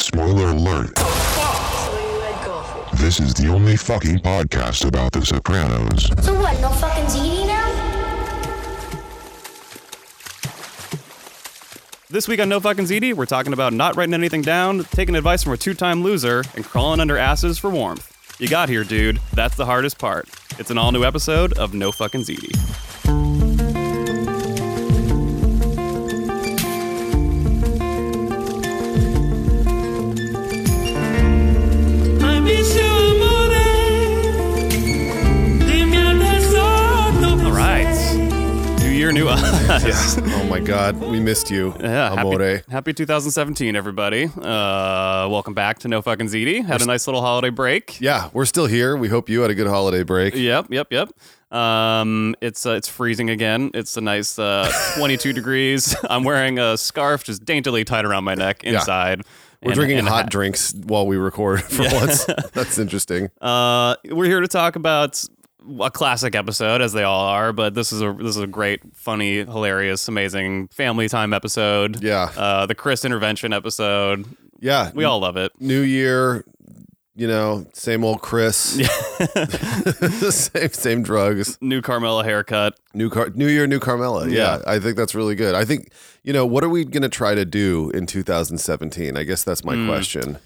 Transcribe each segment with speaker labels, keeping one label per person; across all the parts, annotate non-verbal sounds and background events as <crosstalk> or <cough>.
Speaker 1: Spoiler alert. This is the only fucking podcast about The Sopranos.
Speaker 2: So what, no fucking ZD now?
Speaker 3: This week on No Fucking ZD, we're talking about not writing anything down, taking advice from a two time loser, and crawling under asses for warmth. You got here, dude. That's the hardest part. It's an all new episode of No Fucking ZD. All right. New year, new <laughs> us.
Speaker 4: <laughs> Oh my God, we missed you,
Speaker 3: <laughs> Yeah, happy,
Speaker 4: Amore.
Speaker 3: happy 2017, everybody. Uh, welcome back to No Fucking ZD. Had a nice little holiday break.
Speaker 4: Yeah, we're still here. We hope you had a good holiday break.
Speaker 3: Yep, yep, yep. Um, it's uh, it's freezing again. It's a nice
Speaker 4: <laughs>
Speaker 3: uh, 22 degrees. I'm wearing a scarf just daintily tied around my neck inside.
Speaker 4: We're
Speaker 3: And-
Speaker 4: drinking
Speaker 3: and a
Speaker 4: hot drinks while we record <laughs> for
Speaker 3: <laughs>
Speaker 4: once. That's interesting.
Speaker 3: Uh, we're here to talk about a classic episode, as they all are. But this is a this is a great, funny, hilarious, amazing family time episode.
Speaker 4: Yeah. Mm.
Speaker 3: Uh, the Chris intervention episode.
Speaker 4: Yeah,
Speaker 3: We all love it.
Speaker 4: New Year, you know, same
Speaker 3: <laughs>
Speaker 4: old Chris. <laughs> same same drugs.
Speaker 3: New Carmela haircut.
Speaker 4: New car, New Year, new Carmela. Yeah,
Speaker 3: Yeah.
Speaker 4: I think that's really good. I think you know what are we gonna try to do in 2017? I guess that's my
Speaker 3: Hmm.
Speaker 4: question.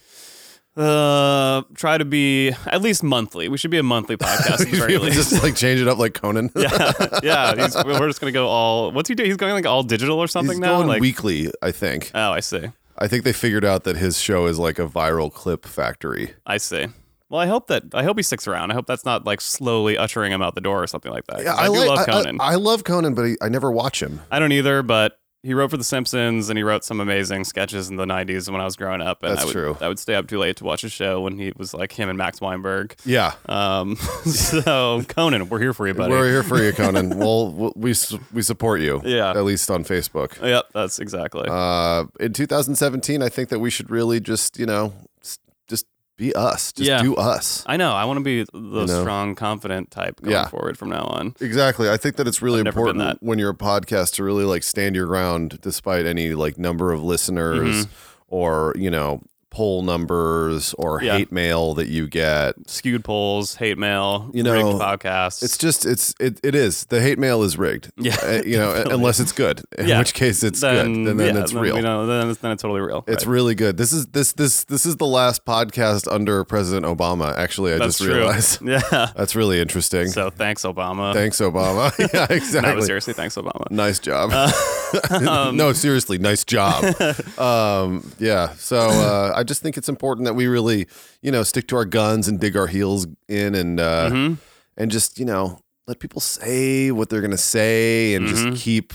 Speaker 3: Uh, try to be at least monthly. We should be a monthly podcast.
Speaker 4: <laughs>
Speaker 3: at the very least.
Speaker 4: just like change it up like Conan.
Speaker 3: <laughs>
Speaker 4: <laughs>
Speaker 3: yeah, yeah. He's, we're just gonna go all. What's he doing? He's going like all digital or something
Speaker 4: He's
Speaker 3: now.
Speaker 4: going
Speaker 3: like,
Speaker 4: weekly, I think.
Speaker 3: oh, I see,
Speaker 4: I think they figured out that his show is like a viral clip factory.
Speaker 3: I see. Well, I hope that I hope he sticks around. I hope that's not like slowly ushering him out the door or something like that. 'Cause I, do
Speaker 4: like-
Speaker 3: love Conan. I,
Speaker 4: I, I love Conan, but I, I never watch him.
Speaker 3: don't either, but he wrote for The Simpsons and he wrote some amazing sketches in the '90s when I was growing up. And
Speaker 4: That's
Speaker 3: I would,
Speaker 4: true.
Speaker 3: I would stay up too late to watch his show when he was like him and Max Weinberg.
Speaker 4: Yeah.
Speaker 3: Um, <laughs> so Conan, we're here for you, buddy.
Speaker 4: We're here for you, <laughs> Conan. well, w- we s- we support you.
Speaker 3: Yeah.
Speaker 4: At least on Facebook.
Speaker 3: Yep, that's exactly.
Speaker 4: Uh, in 2017, I think that we should really just you know s- just be us. Just
Speaker 3: Yeah.
Speaker 4: do us.
Speaker 3: I know. I want to be the
Speaker 4: know?
Speaker 3: strong, confident type going
Speaker 4: Yeah.
Speaker 3: forward from now on.
Speaker 4: Exactly. I think that it's really
Speaker 3: I've never been
Speaker 4: important when you're a podcast to really like stand your ground despite any like number of
Speaker 3: Mm-hmm.
Speaker 4: listeners or, you know, poll numbers or
Speaker 3: Yeah.
Speaker 4: hate mail that you get.
Speaker 3: skewed polls, hate mail,
Speaker 4: You know,
Speaker 3: rigged podcasts.
Speaker 4: It's just it's it, it is the hate mail is rigged.
Speaker 3: Yeah,
Speaker 4: Uh, you know,
Speaker 3: <laughs>
Speaker 4: unless it's good. In
Speaker 3: Yeah.
Speaker 4: which case it's good, and then
Speaker 3: yeah,
Speaker 4: it's
Speaker 3: then
Speaker 4: real.
Speaker 3: We know, then, it's, then it's totally real.
Speaker 4: It's
Speaker 3: right.
Speaker 4: really good. This is this this this is the last podcast under President Obama. Actually, I
Speaker 3: That's
Speaker 4: just
Speaker 3: true. <laughs>
Speaker 4: realized <laughs>
Speaker 3: Yeah.
Speaker 4: that's really interesting.
Speaker 3: So thanks, Obama.
Speaker 4: Thanks, Obama.
Speaker 3: <laughs>
Speaker 4: <laughs> yeah, exactly.
Speaker 3: No, seriously, thanks, Obama.
Speaker 4: Nice job.
Speaker 3: Uh,
Speaker 4: <laughs> no,
Speaker 3: um,
Speaker 4: seriously, nice job.
Speaker 3: <laughs>
Speaker 4: um, yeah. So uh, I just think it's important that we really, you know, stick to our guns and dig our heels in and uh,
Speaker 3: Mm-hmm.
Speaker 4: and just you know let people say what they're gonna say and
Speaker 3: Mm-hmm.
Speaker 4: just keep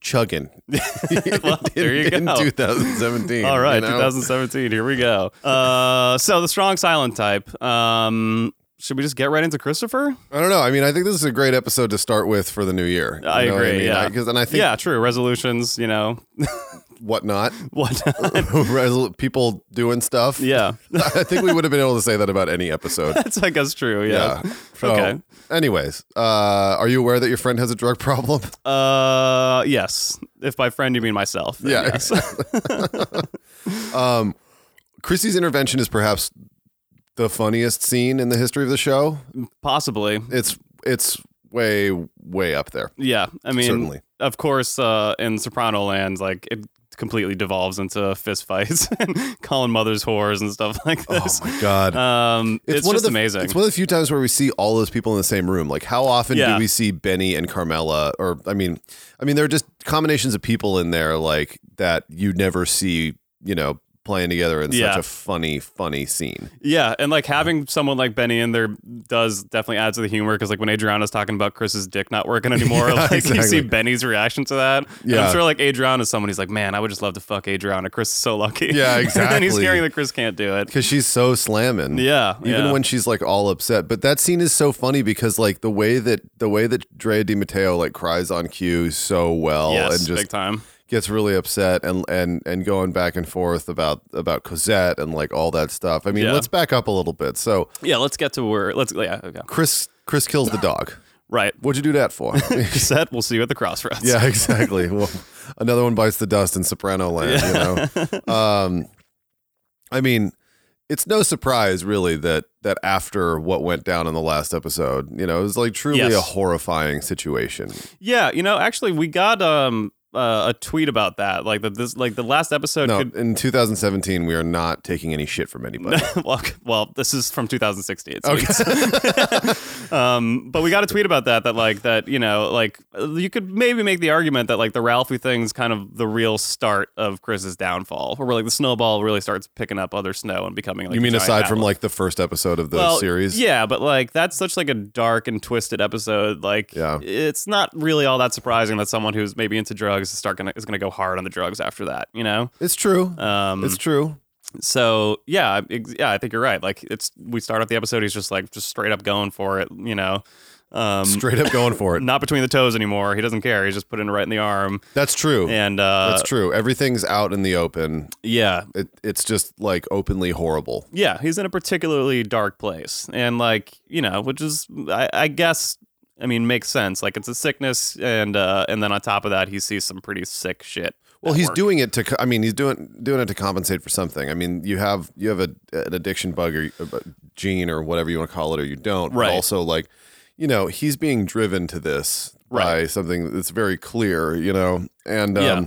Speaker 3: <laughs>
Speaker 4: chugging. <laughs>
Speaker 3: there you
Speaker 4: in, <laughs>
Speaker 3: go.
Speaker 4: In 2017.
Speaker 3: All right,
Speaker 4: you know?
Speaker 3: 2017. Here we go. Uh, so the strong silent type. Um, should we just get right into Christopher?
Speaker 4: I don't know. I mean, I think this is a great episode to start with for the new year.
Speaker 3: I
Speaker 4: You know what
Speaker 3: agree, yeah.
Speaker 4: I- 'cause- and I think
Speaker 3: yeah, true. Resolutions, you know, <laughs>
Speaker 4: whatnot,
Speaker 3: whatnot.
Speaker 4: resol- <laughs> people doing stuff.
Speaker 3: <laughs> yeah,
Speaker 4: <laughs> I think we would have been able to say that about any episode.
Speaker 3: that's I guess true. Yeah.
Speaker 4: <laughs> Yeah. So,
Speaker 3: Okay.
Speaker 4: Anyways, uh, are you aware that your friend has a drug problem?
Speaker 3: Uh, yes. If by friend you mean myself. then
Speaker 4: <laughs> Yeah, <laughs>
Speaker 3: yes.
Speaker 4: Um, Chrissy's intervention is perhaps the funniest scene in the history of the show.
Speaker 3: possibly.
Speaker 4: It's it's way way up there.
Speaker 3: Yeah, I mean,
Speaker 4: Certainly.
Speaker 3: of course, uh, in Soprano land, like it completely devolves into fistfights <laughs> and calling mothers whores and stuff like this.
Speaker 4: Oh, my god.
Speaker 3: um, it's, just
Speaker 4: the,
Speaker 3: amazing.
Speaker 4: It's one of the few times where we see all those people in the same room. Like, how often
Speaker 3: Yeah.
Speaker 4: do we see Benny and Carmela? Or, I mean, I mean, there are just combinations of people in there like that you never see. You know, playing together in
Speaker 3: Yeah.
Speaker 4: such a funny, funny scene.
Speaker 3: yeah, and like having someone like Benny in there does definitely add to the humor because like when Adriana's talking about Chris's dick not
Speaker 4: <laughs>
Speaker 3: working anymore, like you see
Speaker 4: exactly.
Speaker 3: Benny's reaction to that. And I'm
Speaker 4: Yeah.
Speaker 3: sure like Adriana is someone he's like, man, I would just love to fuck Adriana. Chris is so lucky.
Speaker 4: Yeah,
Speaker 3: <laughs> and then he's
Speaker 4: exactly.
Speaker 3: hearing that Chris can't do it.
Speaker 4: Because she's so slamming.
Speaker 3: Yeah,
Speaker 4: Even
Speaker 3: yeah.
Speaker 4: when she's like all upset. But that scene is so funny because like the way that the way that Drea DiMatteo like cries on cue so well
Speaker 3: Yes,
Speaker 4: and just
Speaker 3: big time.
Speaker 4: gets really upset and and and going back and forth about about Cosette and like all that stuff. I mean,
Speaker 3: Yeah.
Speaker 4: let's back up a little bit. So
Speaker 3: Yeah, let's get to where let's yeah, okay.
Speaker 4: Chris Chris kills the dog.
Speaker 3: Right.
Speaker 4: What'd you do that
Speaker 3: <laughs>
Speaker 4: for? <laughs>
Speaker 3: Cassette, we'll see you at the crossroads. <laughs>
Speaker 4: yeah, exactly. Well, another one bites the dust in Soprano land. You know. Um, I mean, it's no surprise really that that after what went down in the last episode, you know, it was like truly
Speaker 3: Yes.
Speaker 4: a horrifying situation.
Speaker 3: Yeah, you know, actually, we got um uh, a tweet about that. Like that this like the last episode
Speaker 4: No,
Speaker 3: could.
Speaker 4: in 2017, we are not taking any shit
Speaker 3: <laughs>
Speaker 4: from anybody.
Speaker 3: well, well, this is from 2016. so it's- <laughs> um, but we got a tweet about that. That like that you know like you could maybe make the argument that like the Ralphie thing's kind of the real start of Chris's downfall, where like the snowball really starts picking up other snow and becoming. Like,
Speaker 4: you
Speaker 3: a
Speaker 4: mean
Speaker 3: giant
Speaker 4: aside
Speaker 3: avalanche.
Speaker 4: from like the first episode of the series?
Speaker 3: Yeah, but like that's such like a dark and twisted episode. Like,
Speaker 4: Yeah.
Speaker 3: it's not really all that surprising that someone who's maybe into drugs is start gonna is gonna go hard on the drugs after that. You know.
Speaker 4: It's true.
Speaker 3: Um,
Speaker 4: it's true.
Speaker 3: so yeah, ex- yeah, I think you're right. Like it's we start off the episode, he's just like just straight up going for it. You know. Um,
Speaker 4: Straight up going for it.
Speaker 3: not between the toes anymore. He doesn't care. He's just putting it right in the arm.
Speaker 4: That's true.
Speaker 3: And uh,
Speaker 4: That's true. Everything's out in the open.
Speaker 3: yeah,
Speaker 4: It, it's just like openly horrible.
Speaker 3: yeah, he's in a particularly dark place, and like you know, which is I, I guess I mean makes sense. Like it's a sickness, and uh, and then on top of that, he sees some pretty sick shit.
Speaker 4: Well,
Speaker 3: at
Speaker 4: he's
Speaker 3: work.
Speaker 4: doing it to. co- I mean, he's doing doing it to compensate for something. I mean, you have you have a, an addiction bug or a gene or whatever you want to call it, or you don't. But
Speaker 3: Right.
Speaker 4: also, like, you know, he's being driven to this by
Speaker 3: Right.
Speaker 4: something that's very clear. You know, and um,
Speaker 3: Yeah.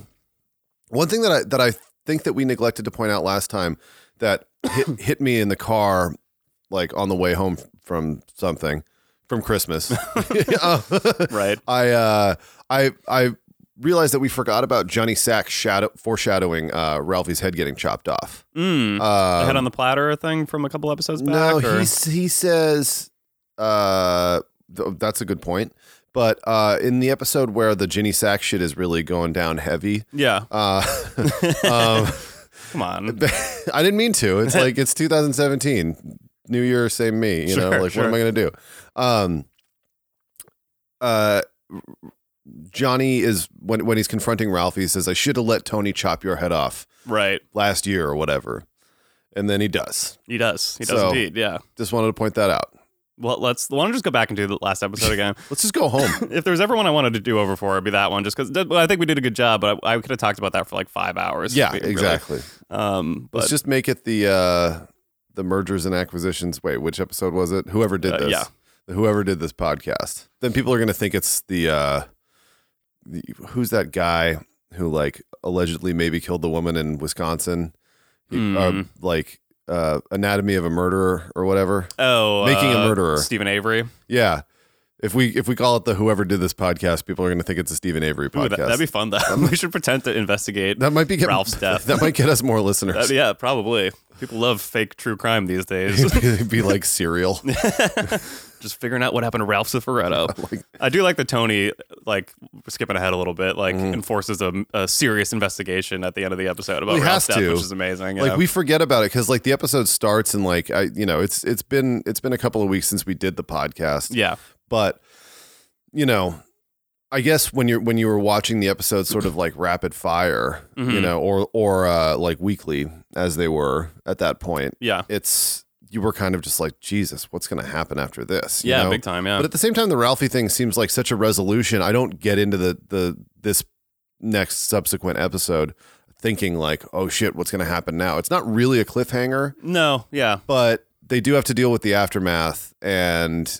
Speaker 4: one thing that I that I think that we neglected to point out last time that hit hit me in the car, like on the way home from something
Speaker 3: <laughs>
Speaker 4: from Christmas. <laughs> Uh,
Speaker 3: right.
Speaker 4: I uh, I I realized that we forgot about Johnny Sack's shadow foreshadowing uh, Ralphie's head getting chopped off.
Speaker 3: Mm.
Speaker 4: Uh,
Speaker 3: The head on the platter thing from a couple episodes
Speaker 4: no,
Speaker 3: back. or-
Speaker 4: he s- he says uh, th- that's a good point. But uh, in the episode where the Ginny Sack shit is really going down heavy,
Speaker 3: yeah,
Speaker 4: uh, <laughs> um,
Speaker 3: come on.
Speaker 4: <laughs> I didn't mean
Speaker 3: <laughs>
Speaker 4: to. It's like it's 2017, new year, same me. You know,
Speaker 3: Sure,
Speaker 4: like
Speaker 3: sure.
Speaker 4: what am I gonna do? Um, uh, Johnny is when when he's confronting Ralph, he says, "I should have let Tony chop your head off
Speaker 3: right,
Speaker 4: last year or whatever," and then he does.
Speaker 3: he does. He does
Speaker 4: So-
Speaker 3: indeed. Yeah.
Speaker 4: Just wanted to point that out.
Speaker 3: Well, let's. Why don't we just go back and do the last episode again? <laughs>
Speaker 4: Let's just go home.
Speaker 3: if there was ever one I wanted to do over for, it'd be that one. Just because well, I think we did a good job, but I, I could have talked about that for like five hours.
Speaker 4: yeah,
Speaker 3: really.
Speaker 4: exactly.
Speaker 3: Um, but
Speaker 4: Let's just make it the uh, the mergers and acquisitions. Wait, which episode was it? Whoever did
Speaker 3: Uh,
Speaker 4: this.
Speaker 3: yeah.
Speaker 4: Whoever did this podcast. Then people are going to think it's the, uh, the who's that guy who like allegedly maybe killed the woman in Wisconsin, He-
Speaker 3: Hmm.
Speaker 4: uh, like uh, Anatomy of a Murderer or whatever.
Speaker 3: Oh,
Speaker 4: Making a
Speaker 3: uh,
Speaker 4: Murderer.
Speaker 3: Stephen Avery.
Speaker 4: Yeah. If we if we call it the whoever did this podcast, people are going to think it's a Stephen Avery
Speaker 3: Ooh,
Speaker 4: podcast.
Speaker 3: that, would be fun though. <laughs> we should pretend to investigate.
Speaker 4: That might be get,
Speaker 3: Ralph's death.
Speaker 4: <laughs> That might get
Speaker 3: <laughs>
Speaker 4: us more listeners.
Speaker 3: Uh, yeah, probably. People love fake true crime these days.
Speaker 4: It'd <laughs> be like serial.
Speaker 3: <laughs> Just figuring out what happened to Ralph
Speaker 4: <laughs>
Speaker 3: Cifaretto. I do like the Tony, like skipping ahead a little bit, like
Speaker 4: Mm.
Speaker 3: enforces a, a serious investigation at the end of the episode about
Speaker 4: We
Speaker 3: Ralph's
Speaker 4: have
Speaker 3: death,
Speaker 4: to.
Speaker 3: which is amazing. yeah.
Speaker 4: Like we forget about it because like the episode starts and like I you know it's it's been it's been a couple of weeks since we did the podcast.
Speaker 3: yeah,
Speaker 4: But you know, I guess when you're when you were watching the episode sort of like rapid fire,
Speaker 3: Mm-hmm.
Speaker 4: you know, or or uh like weekly as they were at that point,
Speaker 3: yeah,
Speaker 4: it's you were kind of just like, Jesus, what's gonna happen after this? you
Speaker 3: yeah,
Speaker 4: know?
Speaker 3: big time. Yeah,
Speaker 4: But at the same time, the Ralphie thing seems like such a resolution. I don't get into the the this next subsequent episode thinking like, oh shit, what's gonna happen now? It's not really a cliffhanger,
Speaker 3: no, yeah,
Speaker 4: but they do have to deal with the aftermath and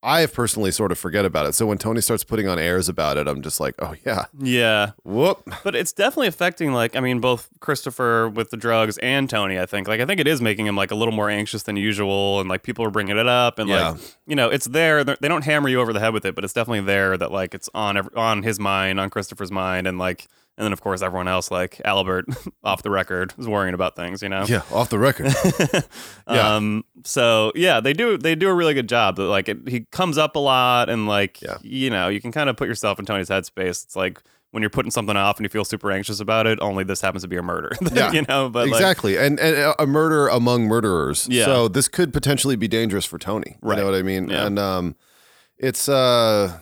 Speaker 4: I have personally sort of forget about it. So when Tony starts putting on airs about it, I'm just like, oh yeah,
Speaker 3: yeah.
Speaker 4: whoop.
Speaker 3: But it's definitely affecting, like, I mean, both Christopher with the drugs and Tony, I think. Like, I think it is making him, like, a little more anxious than usual. And, like, people are bringing it up. And,
Speaker 4: Yeah.
Speaker 3: like, you know, it's there. They're- They don't hammer you over the head with it, but it's definitely there that, like, it's on ev- on his mind, on Christopher's mind. And, like, and then, of course, everyone else, like Albert, <laughs> off the record, is worrying about things, you know?
Speaker 4: Yeah, off the record. yeah.
Speaker 3: Um, so yeah, they do they do a really good job. That like it, he comes up a lot, and like
Speaker 4: Yeah.
Speaker 3: you know you can kind of put yourself in Tony's headspace. It's like when you're putting something off and you feel super anxious about it. Only this happens to be a murder. <laughs>
Speaker 4: Yeah.
Speaker 3: you know, but like,
Speaker 4: exactly, and and a murder among murderers.
Speaker 3: Yeah.
Speaker 4: So this could potentially be dangerous for Tony. You
Speaker 3: Right.
Speaker 4: know what I mean?
Speaker 3: Yeah.
Speaker 4: And um, it's um, uh,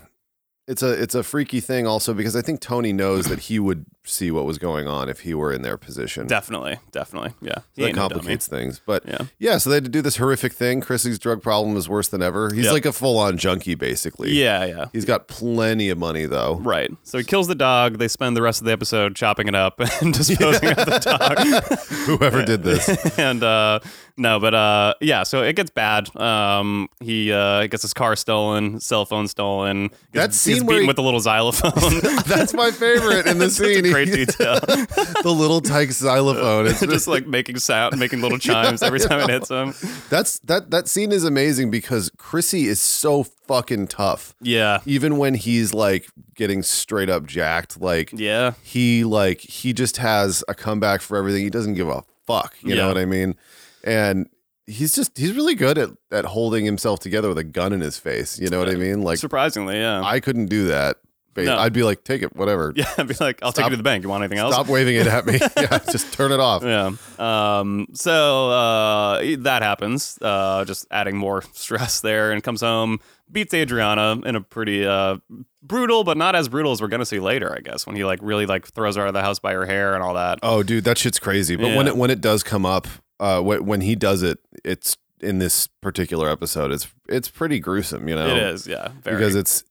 Speaker 4: it's a it's a freaky thing also because I think Tony knows that he would see what was going on if he were in their position.
Speaker 3: Definitely, definitely, yeah. He
Speaker 4: that
Speaker 3: ain't no dummy.
Speaker 4: complicates things. But yeah.
Speaker 3: Yeah.
Speaker 4: so they had to do this horrific thing. Chrissy's drug problem is worse than ever. He's
Speaker 3: Yep.
Speaker 4: like a full on junkie, basically.
Speaker 3: Yeah, yeah.
Speaker 4: He's got plenty of money though.
Speaker 3: Right. So he kills the dog. They spend the rest of the episode chopping it up <laughs> and disposing of the dog.
Speaker 4: Whoever
Speaker 3: <laughs>
Speaker 4: did this.
Speaker 3: and uh, no, but uh, yeah. So it gets bad. Um, he uh, gets his car stolen, cell phone stolen. Gets,
Speaker 4: That scene
Speaker 3: gets
Speaker 4: where
Speaker 3: beaten
Speaker 4: he-
Speaker 3: with a little
Speaker 4: <laughs>
Speaker 3: xylophone. <laughs>
Speaker 4: That's my favorite in the
Speaker 3: It's such
Speaker 4: scene.
Speaker 3: a
Speaker 4: <laughs>
Speaker 3: great detail. <laughs>
Speaker 4: the little tyke xylophone. It's
Speaker 3: Just like making sound, making
Speaker 4: <laughs>
Speaker 3: little chimes every time it hits him.
Speaker 4: that's that that scene is amazing because Chrissy is so fucking tough.
Speaker 3: Yeah.
Speaker 4: Even when he's like getting straight up jacked, like
Speaker 3: Yeah.
Speaker 4: he like he just has a comeback for everything. He doesn't give a fuck. You know
Speaker 3: Yeah.
Speaker 4: what I mean? And he's just he's really good at at holding himself together with a gun in his face. You know what I mean? Like
Speaker 3: Surprisingly, yeah.
Speaker 4: I couldn't do that. Ba-
Speaker 3: No.
Speaker 4: I'd be like, take it, whatever.
Speaker 3: <laughs> yeah. I'd be like, I'll take
Speaker 4: Stop.
Speaker 3: you to the bank. You want anything else?
Speaker 4: Stop waving it at me. <laughs> yeah, just turn it off.
Speaker 3: Yeah. Um, so uh, that happens. Uh, just adding more <laughs> stress there, and comes home, beats Adriana in a pretty uh, brutal, but not as brutal as we're gonna see later, I guess, when he like really like throws her out of the house by her hair and all that.
Speaker 4: Oh, dude, that shit's crazy. But when
Speaker 3: Yeah.
Speaker 4: it when it does come up, uh, wh- when he does it, it's in this particular episode. It's it's pretty gruesome, Oh, you know.
Speaker 3: It is, yeah, very.
Speaker 4: because it's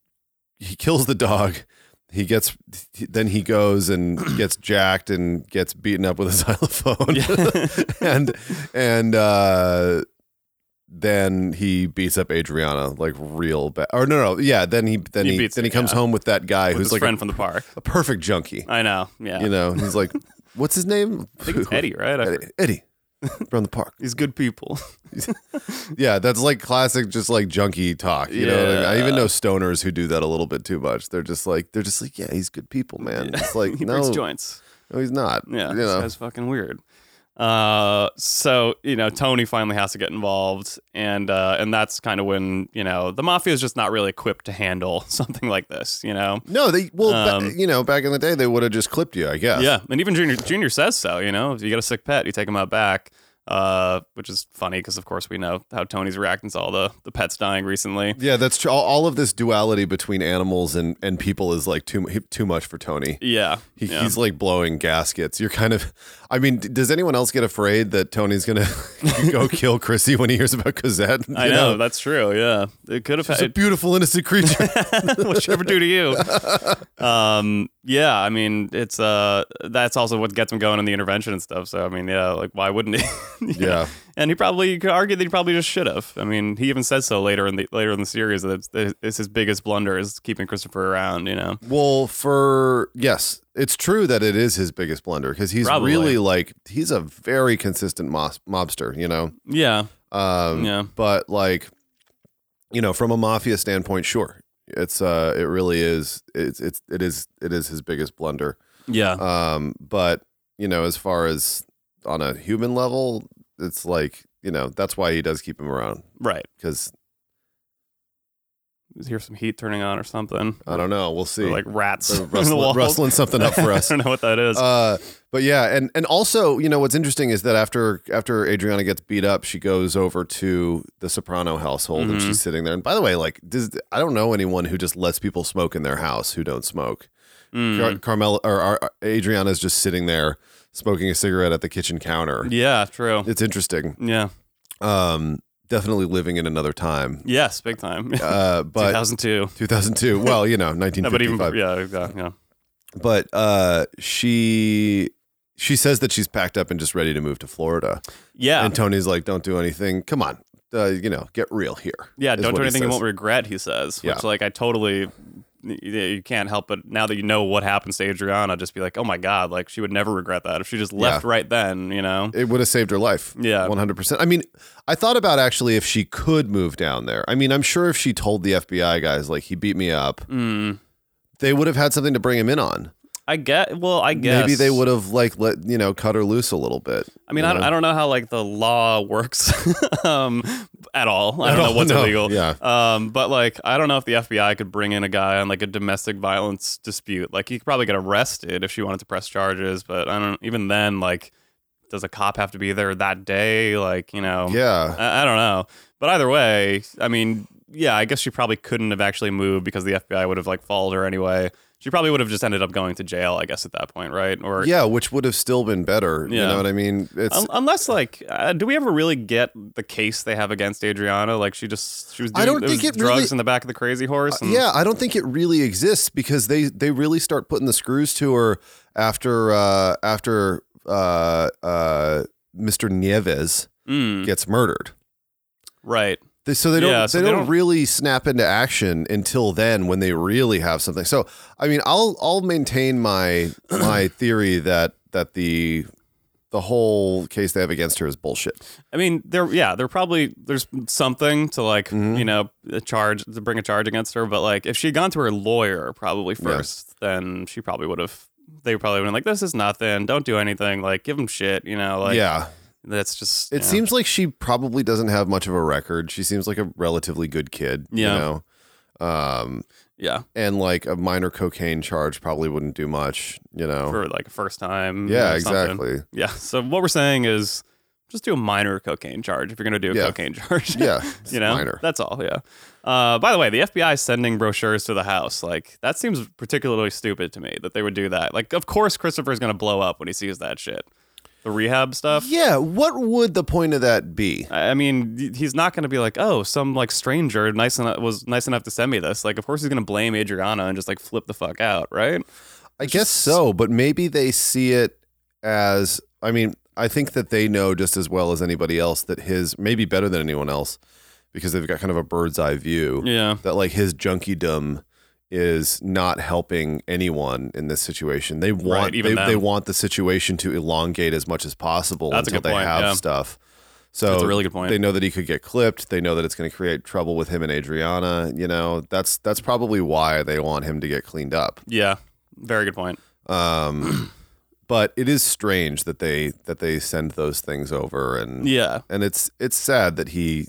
Speaker 4: he kills the dog. He gets then he
Speaker 3: <clears throat>
Speaker 4: goes and gets jacked and gets beaten up with a <laughs> xylophone, <laughs> and and uh, then he beats up Adriana like real bad. Or no, no, yeah. Then he then
Speaker 3: He
Speaker 4: he,
Speaker 3: beats
Speaker 4: then he
Speaker 3: her,
Speaker 4: comes
Speaker 3: yeah.
Speaker 4: home with that guy
Speaker 3: with
Speaker 4: who's
Speaker 3: his
Speaker 4: like
Speaker 3: friend
Speaker 4: a,
Speaker 3: from the park.
Speaker 4: a perfect junkie.
Speaker 3: I know. Yeah.
Speaker 4: <laughs> You know, and he's like, what's his name?
Speaker 3: I think it's Eddie, right? I
Speaker 4: <laughs> Eddie,
Speaker 3: forget.
Speaker 4: Eddie from the park.
Speaker 3: He's good people. <laughs>
Speaker 4: Yeah, that's like classic, just like junkie talk. You know, what I, mean? I even
Speaker 3: Yeah.
Speaker 4: know stoners who do that a little bit too much. They're just like, they're just like, yeah, he's good people, man. It's
Speaker 3: <laughs>
Speaker 4: like,
Speaker 3: he
Speaker 4: no,
Speaker 3: breaks joints.
Speaker 4: no, he's not.
Speaker 3: Yeah,
Speaker 4: you
Speaker 3: this
Speaker 4: know,
Speaker 3: guy's fucking weird. Uh, so you know, Tony finally has to get involved, and uh, and that's kind of when you know the mafia is just not really equipped to handle <laughs> something like this. You know.
Speaker 4: no, they well, ba-
Speaker 3: Um,
Speaker 4: you know, back in the day, they would have just clipped you, I guess.
Speaker 3: Yeah, and even Junior Junior says so. You know, if you got a sick pet, you take him out back. Uh, which is funny because of course we know how Tony's reacting to all the the pets dying recently.
Speaker 4: Yeah, that's true. All, all of this duality between animals and, and people is like too mu- too much for Tony.
Speaker 3: Yeah,
Speaker 4: He,
Speaker 3: yeah.
Speaker 4: He's like blowing gaskets. You're kind of, I mean, d- does anyone else get afraid that Tony's gonna <laughs>
Speaker 3: <laughs>
Speaker 4: go kill Chrissy when he hears about Cosette?
Speaker 3: I
Speaker 4: You
Speaker 3: know, that's true. Yeah, it could have.
Speaker 4: She's a beautiful
Speaker 3: <laughs>
Speaker 4: innocent creature.
Speaker 3: what she ever do to you?
Speaker 4: <laughs>
Speaker 3: Um, yeah, I mean, it's uh, that's also what gets him going in the intervention and stuff. So I mean, yeah, like why wouldn't he? <laughs> You know?
Speaker 4: yeah.
Speaker 3: and he probably you could argue that he probably just should have. I mean, he even says so later in the later in the series that it's, that it's his biggest blunder is keeping Christopher around. You know,
Speaker 4: Well, for yes, it's true that it is his biggest blunder because he's
Speaker 3: Probably.
Speaker 4: really like he's a very consistent mos- mobster, you know.
Speaker 3: yeah,
Speaker 4: Um,
Speaker 3: Yeah.
Speaker 4: But like, you know, from a mafia standpoint, sure, it's uh, it really is. It's it's it is it is his biggest blunder.
Speaker 3: yeah,
Speaker 4: Um, but you know, as far as on a human level, it's like you know that's why he does keep him around
Speaker 3: right.
Speaker 4: because
Speaker 3: Here's some heat turning on or something.
Speaker 4: I don't know. We'll see.
Speaker 3: Or, like rats
Speaker 4: <laughs>
Speaker 3: <laughs>
Speaker 4: They're
Speaker 3: in the
Speaker 4: rustling,
Speaker 3: walls.
Speaker 4: rustling something up for
Speaker 3: <laughs>
Speaker 4: us.
Speaker 3: I don't know what that is.
Speaker 4: Uh, but yeah, and and also, you know, what's interesting is that after after Adriana gets beat up, she goes over to the Soprano household and
Speaker 3: Mhm.
Speaker 4: she's sitting there. And by the way, like, does, I don't know anyone who just lets people smoke in their house who don't smoke.
Speaker 3: Mm.
Speaker 4: Car- Carmela or, or Adriana's just sitting there smoking a cigarette at the kitchen counter.
Speaker 3: yeah, true.
Speaker 4: It's interesting.
Speaker 3: Yeah.
Speaker 4: Um, definitely living in another time.
Speaker 3: Yes, big time. <laughs>
Speaker 4: Uh, but
Speaker 3: 2002. <laughs>
Speaker 4: 2002. Well, you know,
Speaker 3: No, but
Speaker 4: 1955.
Speaker 3: even yeah, exactly. Yeah.
Speaker 4: but uh, she she says that she's packed up and just ready to move to Florida.
Speaker 3: Yeah.
Speaker 4: And Tony's like, "Don't do anything. Come on, uh, you know, get real here."
Speaker 3: yeah,
Speaker 4: is
Speaker 3: don't
Speaker 4: what
Speaker 3: do
Speaker 4: he
Speaker 3: anything you
Speaker 4: says.
Speaker 3: won't regret, he says. Which
Speaker 4: Yeah.
Speaker 3: like I totally y- you can't help but now that you know what happens to Adriana, just be like, Oh my god, like she would never regret that if she just left
Speaker 4: Yeah.
Speaker 3: right then, you know?
Speaker 4: It would have saved her life.
Speaker 3: Yeah.
Speaker 4: one hundred percent. I mean, I thought about actually if she could move down there. I mean, I'm sure if she told the FBI guys like he beat me up,
Speaker 3: Mm,
Speaker 4: they would have had something to bring him in on.
Speaker 3: I get well, I guess
Speaker 4: Maybe they would have like let you know cut her loose a little bit.
Speaker 3: I mean,
Speaker 4: you
Speaker 3: I don't,
Speaker 4: know?
Speaker 3: I don't know how like the law works <laughs> um, at all. I
Speaker 4: At
Speaker 3: don't know
Speaker 4: all,
Speaker 3: what's
Speaker 4: no.
Speaker 3: illegal.
Speaker 4: Yeah.
Speaker 3: Um, but like, I don't know if the FBI could bring in a guy on like a domestic violence dispute. Like, he could probably get arrested if she wanted to press charges. But I don't. Even then, like, does a cop have to be there that day? Like, you know.
Speaker 4: Yeah,
Speaker 3: I, I don't know. But either way, I mean, yeah, I guess she probably couldn't have actually moved because the FBI would have like followed her anyway. She probably would have just ended up going to jail, I guess, at that point, right? Or
Speaker 4: Yeah, which would have still been better. You
Speaker 3: Yeah.
Speaker 4: know what I mean? It's
Speaker 3: Un- Um, unless like, uh, do we ever really get the case they have against Adriana? Like she just she was doing
Speaker 4: I don't
Speaker 3: it was
Speaker 4: think it
Speaker 3: drugs
Speaker 4: really- Uh,
Speaker 3: in the back of the crazy horse. and-
Speaker 4: yeah, I don't think it really exists because they they really start putting the screws to her after uh, after uh, uh, Mr. Nieves
Speaker 3: Mm,
Speaker 4: gets murdered.
Speaker 3: right.
Speaker 4: They, so they don't
Speaker 3: Yeah,
Speaker 4: they,
Speaker 3: so they
Speaker 4: don't
Speaker 3: don't-
Speaker 4: really snap into action until then when they really have something. So I mean, I'll I'll
Speaker 3: <clears throat>
Speaker 4: maintain my my theory that that the the whole case they have against her is bullshit.
Speaker 3: I mean, there, yeah, there probably there's something to like,
Speaker 4: Mhm.
Speaker 3: you know, a charge to bring a charge against her. But like, if she had gone to her lawyer probably
Speaker 4: Yeah.
Speaker 3: first, then she probably would have. They probably would have been like, "This is nothing. Don't do anything. Like, give them shit." You know, like,
Speaker 4: yeah,
Speaker 3: that's just.
Speaker 4: it
Speaker 3: yeah.
Speaker 4: seems like she probably doesn't have much of a record. She seems like a relatively good kid.
Speaker 3: Yeah.
Speaker 4: You know? Um,
Speaker 3: yeah,
Speaker 4: and like a minor cocaine charge probably wouldn't do much, you know.
Speaker 3: for like a first time.
Speaker 4: yeah,
Speaker 3: or something.
Speaker 4: exactly.
Speaker 3: Yeah. So what we're saying is, just do a minor cocaine charge if you're gonna do a
Speaker 4: Yeah.
Speaker 3: cocaine charge. <laughs>
Speaker 4: Yeah,
Speaker 3: you know,
Speaker 4: minor.
Speaker 3: that's all. Yeah. Uh, by the way, the FBI sending brochures to the house, like that seems particularly stupid to me that they would do that. Like, of course, Christopher's gonna blow up when he sees that shit. The rehab stuff.
Speaker 4: Yeah, what would the point of that be?
Speaker 3: I I mean, y- he's not gonna be like, oh, some like stranger nice enough was nice enough to send me this. Like, of course, he's gonna blame Adriana and just like flip the fuck out, right?
Speaker 4: I guess so, but maybe they see it as I mean, I think that they know just as well as anybody else that his maybe better than anyone else because they've got kind of a bird's eye view
Speaker 3: Yeah.
Speaker 4: that like his junkiedom is not helping anyone in this situation. They want
Speaker 3: even
Speaker 4: they,
Speaker 3: them.
Speaker 4: they want the situation to elongate as much as possible
Speaker 3: That's a
Speaker 4: until
Speaker 3: good
Speaker 4: they
Speaker 3: point,
Speaker 4: have
Speaker 3: yeah.
Speaker 4: stuff. So
Speaker 3: That's a really good point.
Speaker 4: They know that he could get clipped. They know that it's going to create trouble with him and Adriana. You know, that's that's probably why they want him to get cleaned up.
Speaker 3: Yeah. Very good point.
Speaker 4: Um, <clears throat> but it is strange that they that they send those things over, and
Speaker 3: Yeah.
Speaker 4: and it's it's sad that he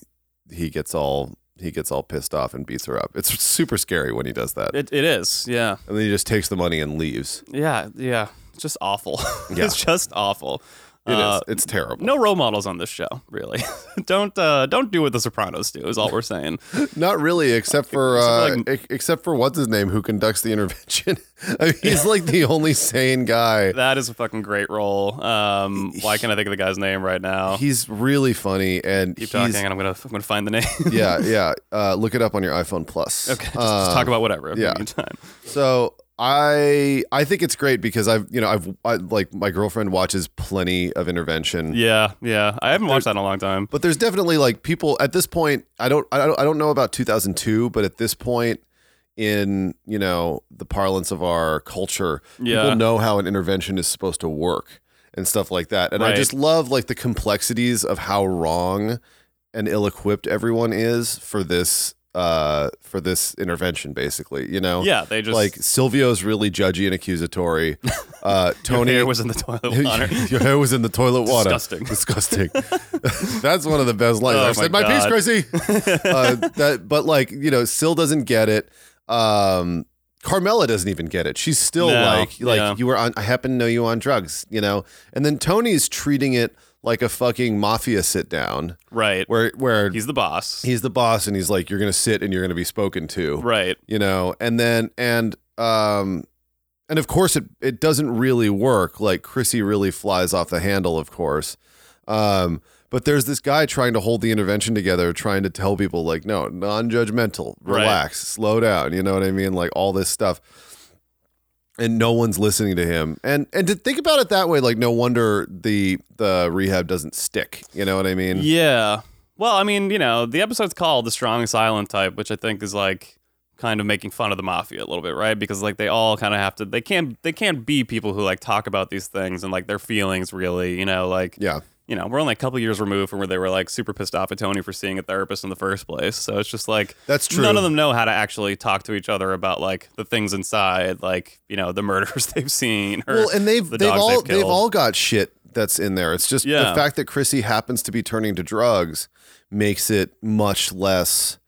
Speaker 4: he gets all he gets all pissed off and beats her up. It's super scary when he does that,
Speaker 3: It, it is. Yeah.
Speaker 4: and then he just takes the money and leaves.
Speaker 3: Yeah, yeah. It's just awful. <laughs>
Speaker 4: Yeah.
Speaker 3: it's just awful.
Speaker 4: It is.
Speaker 3: Uh,
Speaker 4: It's terrible.
Speaker 3: No role models on this show, really. <laughs> don't uh, don't do what the Sopranos do. Is all we're
Speaker 4: <laughs>
Speaker 3: saying.
Speaker 4: Not really, except for uh,
Speaker 3: Except
Speaker 4: ex- except for what's his name who conducts the intervention. <laughs> I mean, he's like the only sane guy.
Speaker 3: that is a fucking great role. Um, why can't I think of the guy's name right now?
Speaker 4: He's really funny, and
Speaker 3: Keep
Speaker 4: he's
Speaker 3: talking, <laughs> and I'm gonna I'm gonna find the name.
Speaker 4: yeah, yeah. Uh, look it up on your iPhone Plus.
Speaker 3: okay, just, just talk about whatever. in the
Speaker 4: Uh, yeah.
Speaker 3: meantime.
Speaker 4: So I I think it's great because I've you know I've I, like my girlfriend watches plenty of intervention.
Speaker 3: Yeah, yeah. I haven't watched that in a long time.
Speaker 4: But there's definitely like people at this point. I don't I don't I don't know about 2002, but at this point in you know the parlance of our culture,
Speaker 3: Yeah.
Speaker 4: people know how an intervention is supposed to work and stuff like that. And I
Speaker 3: Right.
Speaker 4: just love like the complexities of how wrong and ill-equipped everyone is for this uh for this intervention basically you know
Speaker 3: Yeah, they just
Speaker 4: Oh, like
Speaker 3: <laughs>
Speaker 4: Silvio's really judgy and accusatory. Uh, Tony
Speaker 3: Tony was in the toilet
Speaker 4: <laughs>
Speaker 3: water.
Speaker 4: your hair was in the toilet water.
Speaker 3: Disgusting.
Speaker 4: Disgusting. <laughs> That's one of the best lines.
Speaker 3: Oh,
Speaker 4: I've said
Speaker 3: my
Speaker 4: my piece,
Speaker 3: God.
Speaker 4: Gracie.
Speaker 3: <laughs>
Speaker 4: uh, that, but like you know, Sil doesn't get it. Um, Carmela doesn't even get it. She's still
Speaker 3: No,
Speaker 4: like, like
Speaker 3: yeah.
Speaker 4: you were on. I happen to know you on drugs, you know. And then Tony's treating it like a fucking mafia sit down,
Speaker 3: right,
Speaker 4: where where
Speaker 3: he's the boss.
Speaker 4: he's the boss and he's like, you're gonna sit and you're gonna be spoken to,
Speaker 3: right.
Speaker 4: you know and then and um and of course it it doesn't really work like chrissy really flies off the handle of course um but there's this guy trying to hold the intervention together trying to tell people like no non-judgmental
Speaker 3: Right.
Speaker 4: relax slow down you know what i mean like all this stuff and no one's listening to him and and to think about it that way like no wonder the the rehab doesn't stick you know what i mean
Speaker 3: Yeah. Well, I mean, you know, the episode's called The Strong and Silent Type, which I think is like kind of making fun of the mafia a little bit, right? Because like they all kind of have to they can't they can't be people who like talk about these things and like their feelings really, you know, like
Speaker 4: yeah
Speaker 3: you know, we're only a couple years removed from where they were like super pissed off at Tony for seeing a therapist in the first place. So it's just like
Speaker 4: That's true.
Speaker 3: None of them know how to actually talk to each other about like the things inside, like, you know, the murders <laughs> they've seen or
Speaker 4: well, and they've
Speaker 3: the
Speaker 4: they've
Speaker 3: dogs
Speaker 4: all
Speaker 3: they've
Speaker 4: they've,
Speaker 3: killed.
Speaker 4: all got shit that's in there. It's just
Speaker 3: Yeah.
Speaker 4: the fact that Chrissy happens to be turning to drugs makes it much less.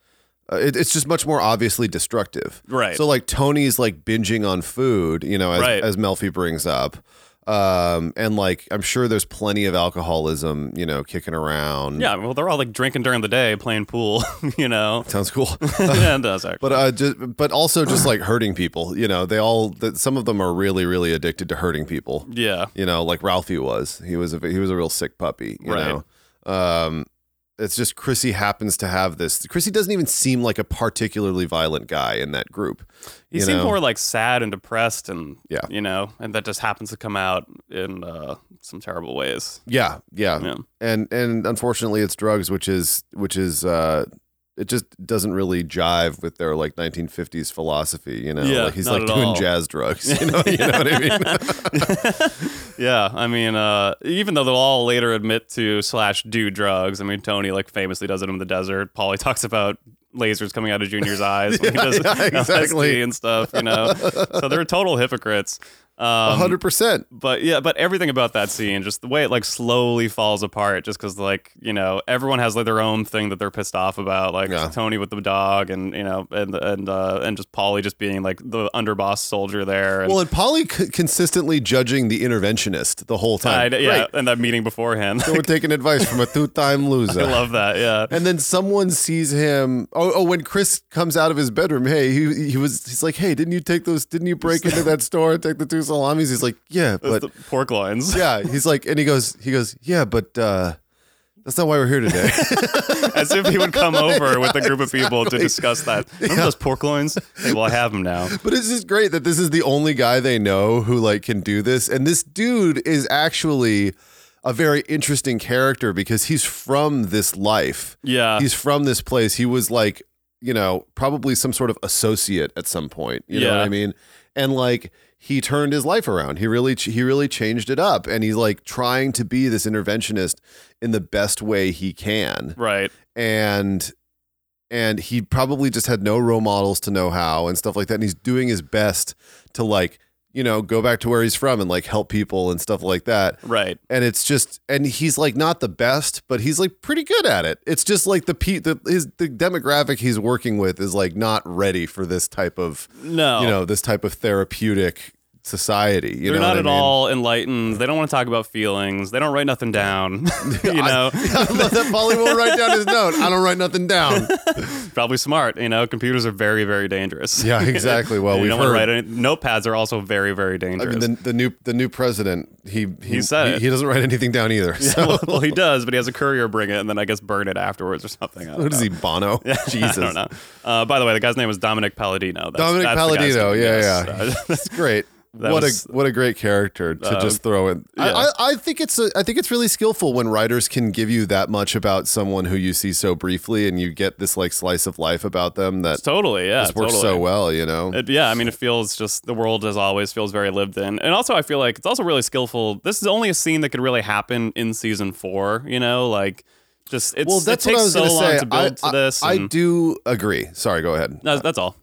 Speaker 4: Uh, it, it's just much more obviously destructive.
Speaker 3: Right.
Speaker 4: So like Tony's like binging on food, you know, as
Speaker 3: Right.
Speaker 4: as Melfi brings up. Um, and like, I'm sure there's plenty of alcoholism, you know, kicking around. <laughs>
Speaker 3: Yeah, well, they're all like drinking during the day, playing pool, <laughs> you know.
Speaker 4: Sounds cool.
Speaker 3: <laughs>
Speaker 4: <laughs>
Speaker 3: yeah, it does actually.
Speaker 4: But uh, just, but also just like hurting people, you know, they all, that some of them are really, really addicted to hurting people.
Speaker 3: yeah,
Speaker 4: you know, like Ralphie was. He was a he was a real sick puppy, you
Speaker 3: Right.
Speaker 4: know. Um it's just Chrissy happens to have this. Chrissy doesn't even seem like a particularly violent guy in that group.
Speaker 3: he
Speaker 4: you
Speaker 3: seemed
Speaker 4: know?
Speaker 3: more like sad and depressed, and
Speaker 4: Yeah.
Speaker 3: you know, and that just happens to come out in uh, some terrible ways.
Speaker 4: yeah, yeah,
Speaker 3: Yeah.
Speaker 4: And and unfortunately it's drugs which is which is uh it just doesn't really jive with their like 1950s philosophy, you know.
Speaker 3: Yeah,
Speaker 4: like he's
Speaker 3: not
Speaker 4: like
Speaker 3: at
Speaker 4: doing
Speaker 3: all.
Speaker 4: jazz
Speaker 3: <laughs>
Speaker 4: drugs, you know, you know what I mean?
Speaker 3: yeah, I mean, uh, even though they'll all later admit to slash do drugs, I mean, Tony like famously does it in the desert. Paulie <laughs> talks about lasers coming out of Junior's eyes when he does
Speaker 4: <laughs>
Speaker 3: <laughs>
Speaker 4: yeah, exactly.
Speaker 3: LSD and stuff, you know. so they're total
Speaker 4: <laughs>
Speaker 3: hypocrites. <laughs> Um,
Speaker 4: 100%.
Speaker 3: but yeah, but everything about that scene, just the way it like slowly falls apart, just because like you know everyone has like their own thing that they're pissed off about, like
Speaker 4: Yeah.
Speaker 3: Tony with the dog, and you know, and and uh, and just Polly just being like the underboss soldier there. And,
Speaker 4: Well, and Polly c- consistently judging the interventionist the whole time.
Speaker 3: I- yeah,
Speaker 4: Great.
Speaker 3: and that meeting beforehand,
Speaker 4: So we're taking advice from a two-time
Speaker 3: <laughs>
Speaker 4: loser.
Speaker 3: I <laughs> love that.
Speaker 4: <laughs>
Speaker 3: Yeah,
Speaker 4: And then someone sees him. Oh, oh! When Chris comes out of his bedroom, hey, he he was. He's like, hey, didn't you take those? Didn't you break into that store and take the two salamis? He's like, yeah,
Speaker 3: Those
Speaker 4: but
Speaker 3: the pork loins.
Speaker 4: yeah. He's like, and he goes, he goes, yeah, but uh, that's not why we're here today.
Speaker 3: <laughs> As if he would
Speaker 4: <laughs>
Speaker 3: come over with a group of people to discuss that. Remember those pork loins? Hey, well, I have them now.
Speaker 4: but it's just great that this is the only guy they know who like can do this, and this dude is actually a very interesting character because he's from this life.
Speaker 3: Yeah.
Speaker 4: he's from this place. He was like, you know, probably some sort of associate at some point. You know what
Speaker 3: Yeah.
Speaker 4: I mean? And like he turned his life around. He really ch- he really changed it up and he's like trying to be this interventionist in the best way he can.
Speaker 3: right.
Speaker 4: And and he probably just had no role models to know how and stuff like that and he's doing his best to like, you know, go back to where he's from and like help people and stuff like that
Speaker 3: Right.
Speaker 4: and it's just and he's like not the best but he's like pretty good at it it's just like the pe the his the demographic he's working with is like not ready for this type of
Speaker 3: No.
Speaker 4: you know this type of therapeutic society you
Speaker 3: They're
Speaker 4: know
Speaker 3: not at
Speaker 4: what I mean?
Speaker 3: all enlightened. They don't want to talk about feelings. They don't write nothing
Speaker 4: <laughs>
Speaker 3: down. <laughs> you know,
Speaker 4: <laughs> I love that Polly will write down his note. I don't write nothing down.
Speaker 3: <laughs> probably smart. You know, computers are very, very dangerous.
Speaker 4: Yeah, exactly. Well,
Speaker 3: you
Speaker 4: we've
Speaker 3: don't want to
Speaker 4: heard.
Speaker 3: write any, notepads are also very, very
Speaker 4: I
Speaker 3: dangerous.
Speaker 4: mean, the, the new the new president. He he
Speaker 3: He said
Speaker 4: he,
Speaker 3: it.
Speaker 4: he doesn't write anything
Speaker 3: <laughs>
Speaker 4: down either. <laughs> So
Speaker 3: well, well, he does, but he has a courier bring it, and then I guess burn it afterwards or something. I don't
Speaker 4: what is
Speaker 3: know.
Speaker 4: he
Speaker 3: <laughs>
Speaker 4: Bono? Jesus,
Speaker 3: I don't know. Uh, by the way, the guy's name was Dominic Palladino. That's,
Speaker 4: Dominic
Speaker 3: that's the guy's
Speaker 4: Palladino.
Speaker 3: name,
Speaker 4: Yeah,
Speaker 3: yes.
Speaker 4: yeah.
Speaker 3: <laughs> Uh,
Speaker 4: That's great.
Speaker 3: That
Speaker 4: what
Speaker 3: was-
Speaker 4: a what a great character to
Speaker 3: Uh,
Speaker 4: just throw in. I
Speaker 3: yeah.
Speaker 4: I, I think it's a, I think it's really skillful when writers can give you that much about someone who you see so briefly, and you get this like slice of life about them that
Speaker 3: totally. Yeah,
Speaker 4: just works
Speaker 3: totally.
Speaker 4: so well. You know,
Speaker 3: It- yeah, I mean, it feels just the world as always feels very lived in, and also I feel like it's also really skillful. This is only a scene that could really happen in season four. You know, like just it's,
Speaker 4: well, that's
Speaker 3: it takes
Speaker 4: what I was
Speaker 3: so
Speaker 4: going
Speaker 3: long
Speaker 4: to say.
Speaker 3: to build
Speaker 4: I,
Speaker 3: to this.
Speaker 4: I, I
Speaker 3: and-
Speaker 4: do agree. Sorry, go
Speaker 3: <laughs>
Speaker 4: ahead.
Speaker 3: No, that's all.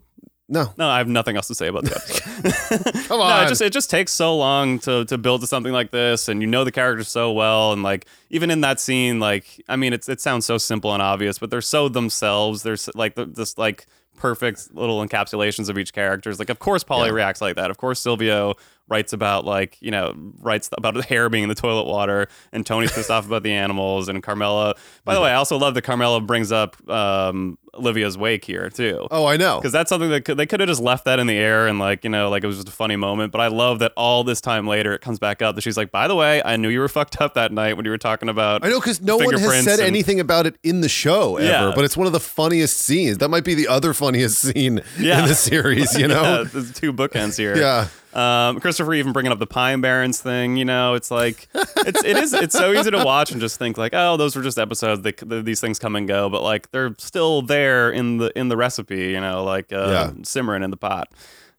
Speaker 4: No,
Speaker 3: No, I have nothing else to say about the episode.
Speaker 4: come
Speaker 3: No,
Speaker 4: on.
Speaker 3: it just it just takes so long to to build to something like this, and you know the characters so well, and like even in that scene, like I mean, it's it sounds so simple and obvious, but they're so themselves. There's like the, this like perfect little encapsulations of each character. It's like of course Polly
Speaker 4: Yeah.
Speaker 3: reacts like that. Of course Silvio writes about like you know writes about hair being in the toilet water, and Tony's pissed off about the animals, and Carmela. By
Speaker 4: Mm-hmm.
Speaker 3: the way, I also love that Carmela brings up um, Olivia's wake here too
Speaker 4: oh, I know.
Speaker 3: because that's something that could, they could have just left that in the air and like you know like it was just a funny moment but i love that all this time later it comes back up that she's like by the way i knew you were <laughs> fucked up that night when you were talking about
Speaker 4: I know because no one has
Speaker 3: fingerprints
Speaker 4: said
Speaker 3: and-
Speaker 4: anything about it in the show ever,
Speaker 3: Yeah.
Speaker 4: but it's one of the funniest scenes. That might be the other funniest scene
Speaker 3: Yeah.
Speaker 4: in the series.
Speaker 3: <laughs> <laughs>
Speaker 4: You
Speaker 3: yeah,
Speaker 4: know,
Speaker 3: there's two bookends here
Speaker 4: <laughs> yeah.
Speaker 3: um, Christopher even bringing up the Pine Barrens thing, you know, it's like it's it is it's so easy to watch and just think like, oh, those were just episodes. They, th these things come and go, but like they're still there in the in the recipe, you know, like uh,
Speaker 4: Yeah.
Speaker 3: simmering in the pot.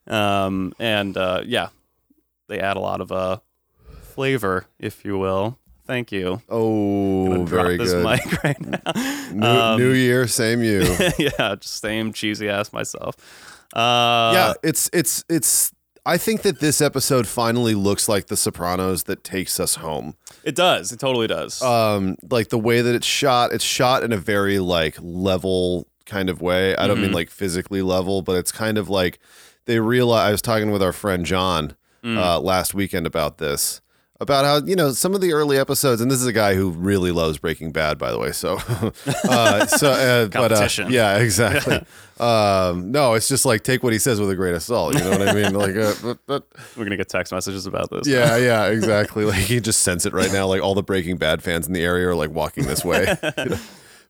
Speaker 3: Um, and uh, yeah, they add a lot of uh, flavor, if you will. Thank you.
Speaker 4: Oh,
Speaker 3: Gonna drop
Speaker 4: very
Speaker 3: this
Speaker 4: good.
Speaker 3: mic <laughs> right now.
Speaker 4: New, new year, same you.
Speaker 3: yeah, just same cheesy ass myself.
Speaker 4: yeah,
Speaker 3: Uh,
Speaker 4: it's it's it's. I think that this episode finally looks like The Sopranos that takes us home.
Speaker 3: it does. It totally does.
Speaker 4: Um, like the way that it's shot, it's shot in a very like level kind of way. I don't mean like physically level, but it's kind of like they realize. I was talking with our friend John uh, last weekend about this. about how you know some of the early episodes, and this is a guy who really loves Breaking Bad, by the way. So, <laughs> uh, so uh, but uh,
Speaker 3: Competition.
Speaker 4: yeah, exactly. um, no, it's just like take what he says with a grain of salt. You know what I mean? Like, uh, but, but,
Speaker 3: We're gonna get text messages about this. <laughs>
Speaker 4: yeah, yeah, exactly. Like he just sense it right now. Like all the Breaking Bad fans in the area are like walking this way.
Speaker 3: <laughs>
Speaker 4: You know?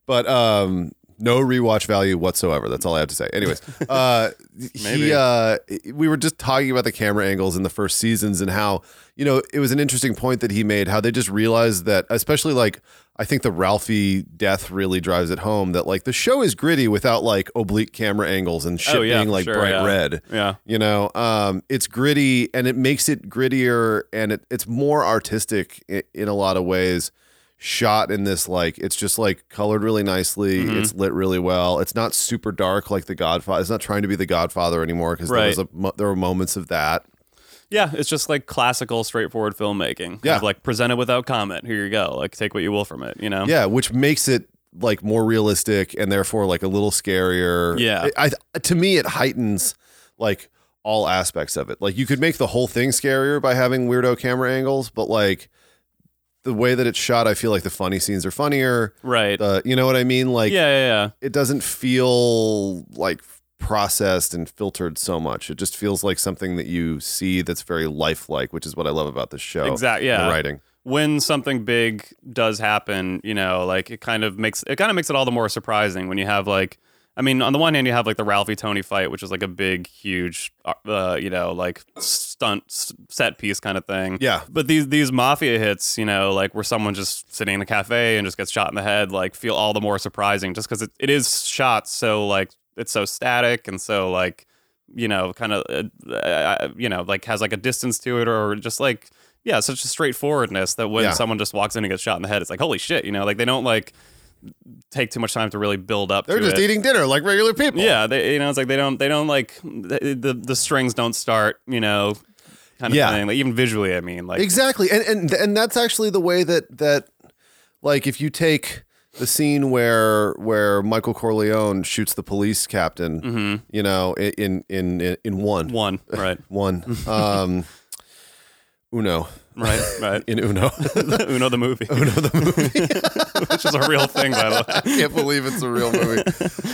Speaker 4: But um, no rewatch value whatsoever. That's all I have to say.
Speaker 3: <laughs>
Speaker 4: Anyways, uh, he
Speaker 3: Maybe.
Speaker 4: uh, we were just talking about the camera angles in the first seasons and how you know it was an interesting point that he made. How they just realized that, especially like. I think the Ralphie death really drives it home that like the show is gritty without like oblique camera angles and shit
Speaker 3: Oh, yeah,
Speaker 4: being like
Speaker 3: sure,
Speaker 4: bright
Speaker 3: yeah.
Speaker 4: red.
Speaker 3: Yeah.
Speaker 4: You know, um, it's gritty and it makes it grittier and it, it's more artistic in, in a lot of ways. Shot in this, like, it's just like colored really nicely. It's lit really well. It's not super dark like The Godfather. It's not trying to be The Godfather anymore because there,
Speaker 3: Right.
Speaker 4: was a mo- there were moments of that.
Speaker 3: Yeah, it's just like classical, straightforward filmmaking.
Speaker 4: Yeah.
Speaker 3: Kind of like present it without comment. Here you go. Like take what you will from it. You know.
Speaker 4: Yeah, which makes it like more realistic and therefore like a little scarier.
Speaker 3: Yeah.
Speaker 4: I, I- to me it heightens like all aspects of it. Like you could make the whole thing scarier by having weirdo camera angles, but like the way that it's shot, I feel like the funny scenes are funnier.
Speaker 3: Right.
Speaker 4: Uh, you know what I mean? Like
Speaker 3: yeah, yeah, yeah.
Speaker 4: it doesn't feel like processed and filtered so much. It just feels like something that you see that's very lifelike, which is what I love about this show.
Speaker 3: Exact-
Speaker 4: and the
Speaker 3: yeah.
Speaker 4: writing.
Speaker 3: when something big does happen, you know, like it kind of makes it kind of makes it all the more surprising when you have like, I mean, on the one hand, you have like the Ralphie Tony fight, which is like a big, huge, uh, you know, like stunt s- set piece kind of thing.
Speaker 4: Yeah.
Speaker 3: But these these mafia hits, you know, like where someone just sitting in a cafe and just gets shot in the head, like feel all the more surprising just because it, it is shot so like it's so static and so like you know kind of uh, uh, you know like has like a distance to it or just like yeah such a straightforwardness that when
Speaker 4: Yeah.
Speaker 3: someone just walks in and gets shot in the head it's like holy shit you know like they don't like take too much time to really build up
Speaker 4: They're
Speaker 3: to
Speaker 4: just
Speaker 3: it.
Speaker 4: eating dinner like regular people.
Speaker 3: yeah they you know it's like they don't they don't like the the, the strings don't start you know kind of
Speaker 4: Yeah.
Speaker 3: thing like even visually i mean like
Speaker 4: exactly and and and that's actually the way that that like if you take the scene where where Michael Corleone shoots the police captain you know i- in in in, in one
Speaker 3: one right
Speaker 4: one um uno
Speaker 3: right right
Speaker 4: <laughs> in uno
Speaker 3: <laughs> Uno the movie. Uno the movie, <laughs> which is a real thing, by the way.
Speaker 4: can't believe it's a real movie.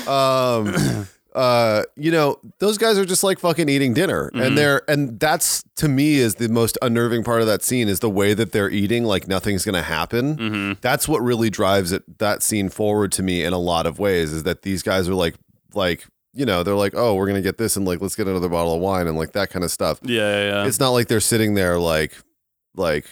Speaker 4: Um, uh, you know, those guys are just like fucking eating dinner, and they're and that's to me is the most unnerving part of that scene is the way that they're eating like nothing's gonna happen.
Speaker 3: Mm-hmm.
Speaker 4: That's what really drives it that scene forward to me in a lot of ways is that these guys are like like you know they're like oh we're gonna get this and like let's get another bottle of wine and like that kind of stuff.
Speaker 3: Yeah, yeah, yeah.
Speaker 4: It's not like they're sitting there like like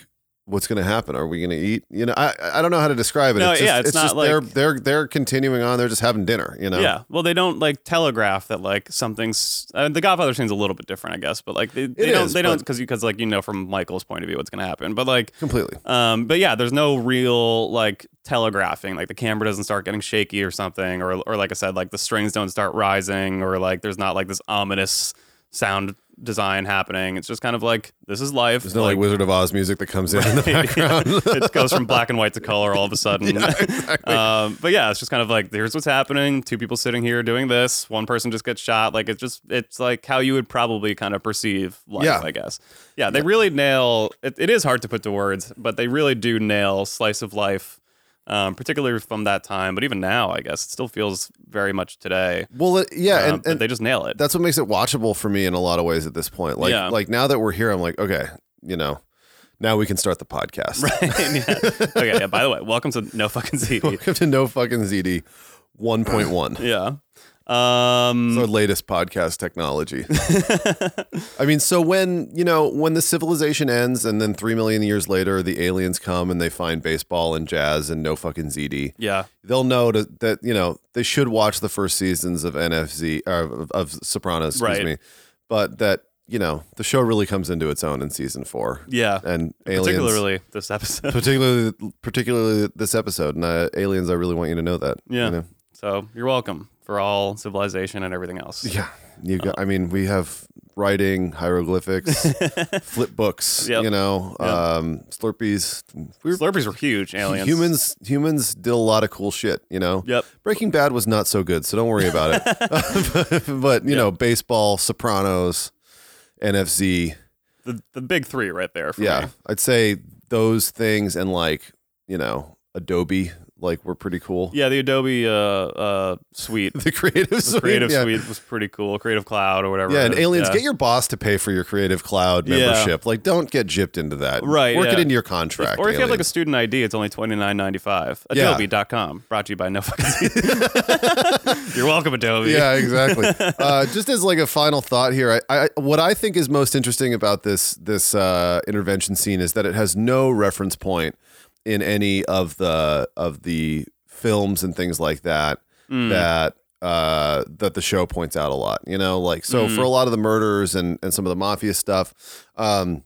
Speaker 4: what's going to happen? Are we going to eat? You know, I I don't know how to describe it.
Speaker 3: No,
Speaker 4: it's just,
Speaker 3: yeah, it's not
Speaker 4: just
Speaker 3: like-
Speaker 4: they're they're they're continuing on. They're just having dinner. You know.
Speaker 3: Yeah. Well, they don't like telegraph that like something's. Uh, the Godfather scene's a little bit different, I guess, but like they, they
Speaker 4: It
Speaker 3: don't
Speaker 4: is,
Speaker 3: they don't
Speaker 4: but-
Speaker 3: because because like you know from Michael's point of view what's gonna happen, but like
Speaker 4: Completely.
Speaker 3: um, but yeah, there's no real like telegraphing. Like the camera doesn't start getting shaky or something, or or like I said, like the strings don't start rising, or like there's not like this ominous sound design happening. It's just kind of like this is life.
Speaker 4: There's no like, Wizard of Oz music that comes in in
Speaker 3: <laughs>
Speaker 4: the background.
Speaker 3: it goes from black and white to color all of a
Speaker 4: <laughs>
Speaker 3: sudden. um, but yeah, it's just kind of like here's what's happening. Two people sitting here doing this. One person just gets shot. Like it's just it's like how you would probably kind of perceive life,
Speaker 4: Yeah.
Speaker 3: I guess. Yeah, they really nail. It, it is hard to put to words, but they really do nail slice of life. Um, particularly from that time, but even now, I guess it still feels very much today.
Speaker 4: Well, it- yeah,
Speaker 3: Um,
Speaker 4: and,
Speaker 3: but
Speaker 4: and
Speaker 3: they just nail it.
Speaker 4: that's what makes it watchable for me in a lot of ways at this point. Like
Speaker 3: Yeah.
Speaker 4: like now that we're here, I'm like, okay, you know, now we can start the podcast.
Speaker 3: <laughs> yeah. Okay. Yeah. By the way, welcome to No Fucking Z.
Speaker 4: <laughs> Welcome to No Fucking ZD 1.1.
Speaker 3: yeah. Um,
Speaker 4: the latest podcast technology. I mean, so when you know when the civilization ends, and then three million years later, the aliens come and they find baseball and jazz and no fucking ZD.
Speaker 3: yeah.
Speaker 4: They'll know to, that you know they should watch the first seasons of NFZ or uh, of, of Sopranos, excuse
Speaker 3: Right.
Speaker 4: me. But that you know the show really comes into its own in season four.
Speaker 3: Yeah.
Speaker 4: and aliens.
Speaker 3: particularly this episode. <laughs>
Speaker 4: Particularly, particularly this episode, and uh, aliens. I really want you to know that.
Speaker 3: Yeah.
Speaker 4: you know?
Speaker 3: So you're welcome for all civilization and everything else.
Speaker 4: Yeah, you
Speaker 3: Uh,
Speaker 4: got. I mean, we have
Speaker 3: <laughs>
Speaker 4: writing, hieroglyphics, flip books.
Speaker 3: Yep.
Speaker 4: You know,
Speaker 3: Yep.
Speaker 4: um, Slurpees. We're
Speaker 3: Slurpees were huge aliens.
Speaker 4: humans. Humans did a lot of cool shit. You know.
Speaker 3: Yep.
Speaker 4: Breaking Bad was not so good, so don't worry about
Speaker 3: <laughs>
Speaker 4: it. <laughs> but you know, baseball, Sopranos, NFC.
Speaker 3: the, the big three right there. For
Speaker 4: Yeah,
Speaker 3: me.
Speaker 4: I'd say those things and like you know Adobe like were pretty cool.
Speaker 3: Yeah, the Adobe uh, uh, suite,
Speaker 4: <laughs> The creative
Speaker 3: the
Speaker 4: suite,
Speaker 3: Creative
Speaker 4: yeah.
Speaker 3: Suite was pretty cool. Creative Cloud or whatever.
Speaker 4: Yeah, and
Speaker 3: it is.
Speaker 4: aliens,
Speaker 3: Yeah.
Speaker 4: get your boss to pay for your Creative Cloud
Speaker 3: Yeah.
Speaker 4: membership. Like, don't get gypped into that.
Speaker 3: Right,
Speaker 4: Work it
Speaker 3: yeah.
Speaker 4: into your contract.
Speaker 3: or if you have like a
Speaker 4: aliens.
Speaker 3: student ID, it's only twenty nine ninety five.
Speaker 4: Yeah.
Speaker 3: Adobe.com brought to you by No Fucking
Speaker 4: <laughs>
Speaker 3: <laughs> You're welcome, Adobe.
Speaker 4: yeah, exactly. uh, just as like a final thought here, I, I what I think is most interesting about this this uh, intervention scene is that it has no reference point in any of the of the films and things like that
Speaker 3: Hmm. Mm.
Speaker 4: that uh, that the show points out a lot. You know, like so
Speaker 3: Hmm.
Speaker 4: for a lot of the murders and and some of the mafia stuff. Um,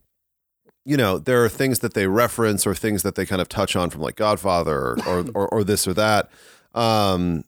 Speaker 4: you know, there are things that they reference or things that they kind of touch on from like Godfather or
Speaker 3: <laughs>
Speaker 4: or, or, or this or that. Um,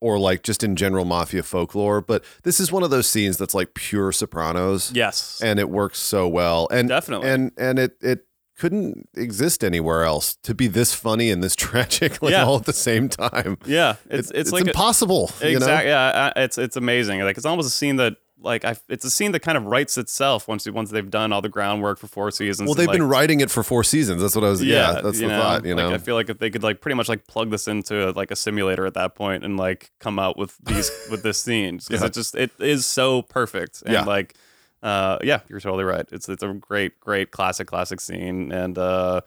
Speaker 4: or like just in general mafia folklore. But this is one of those scenes that's like pure Sopranos,
Speaker 3: Yes.
Speaker 4: and it works so well. And
Speaker 3: Definitely.
Speaker 4: and and it it couldn't exist anywhere else to be this funny and this <laughs> tragic, like
Speaker 3: Yeah.
Speaker 4: all at the same time.
Speaker 3: yeah.
Speaker 4: It-
Speaker 3: It's it's, like a-
Speaker 4: impossible. you know?
Speaker 3: Exactly. Yeah, I- it's it's amazing. Like it's almost a scene that like I, it's a scene that kind of writes itself once you- once they've done all the groundwork for four seasons.
Speaker 4: Well,
Speaker 3: and,
Speaker 4: they've been
Speaker 3: like,
Speaker 4: writing it for four seasons. That's what I was. Yeah, that's the thought. You know,
Speaker 3: like I feel like if they could like pretty much like plug this into like a simulator at that point and like come out with
Speaker 4: <laughs>
Speaker 3: these with this scene because
Speaker 4: Yeah.
Speaker 3: it just it is so perfect and
Speaker 4: Yeah.
Speaker 3: like uh yeah you're totally right it's it's a great great classic classic scene and uh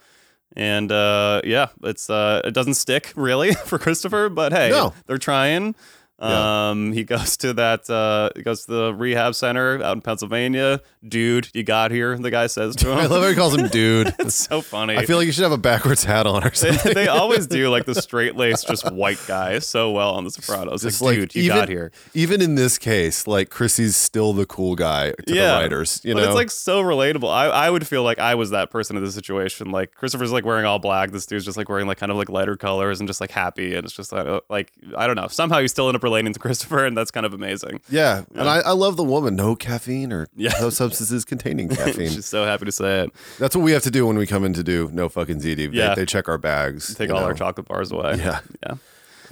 Speaker 3: and uh yeah it's uh it doesn't stick <laughs> really for Christopher but hey
Speaker 4: No.
Speaker 3: they're trying.
Speaker 4: Yeah.
Speaker 3: Um, he goes to that, uh, he goes to the rehab center out in Pennsylvania. Dude, you got here. The guy says to him,
Speaker 4: <laughs> I love how he calls him dude.
Speaker 3: <laughs> it's so funny.
Speaker 4: I feel like you should have a backwards hat on or something.
Speaker 3: <laughs> they, they always do like the straight laced, just white guy so well on The Sopranos. Like,
Speaker 4: Just like,
Speaker 3: dude, you
Speaker 4: even,
Speaker 3: got here.
Speaker 4: Even in this case, like Chrissy's still the cool guy to
Speaker 3: Yeah.
Speaker 4: the writers. You
Speaker 3: but
Speaker 4: know,
Speaker 3: it's like so relatable. I, I would feel like I was that person in this situation. Like Christopher's like wearing all black. This dude's just like wearing like kind of like lighter colors and just like happy. And it's just like, uh, like I don't know. Somehow you still end up relating to Christopher, and that's kind of amazing.
Speaker 4: Yeah, and I, I love the woman. No caffeine or
Speaker 3: Yeah. <laughs>
Speaker 4: no substances containing caffeine.
Speaker 3: She's so happy to say it.
Speaker 4: That's what we have to do when we come in to do no fucking ZD. They,
Speaker 3: Yeah.
Speaker 4: they check our bags,
Speaker 3: Take
Speaker 4: you
Speaker 3: all
Speaker 4: know,
Speaker 3: our chocolate bars away.
Speaker 4: Yeah.
Speaker 3: Yeah.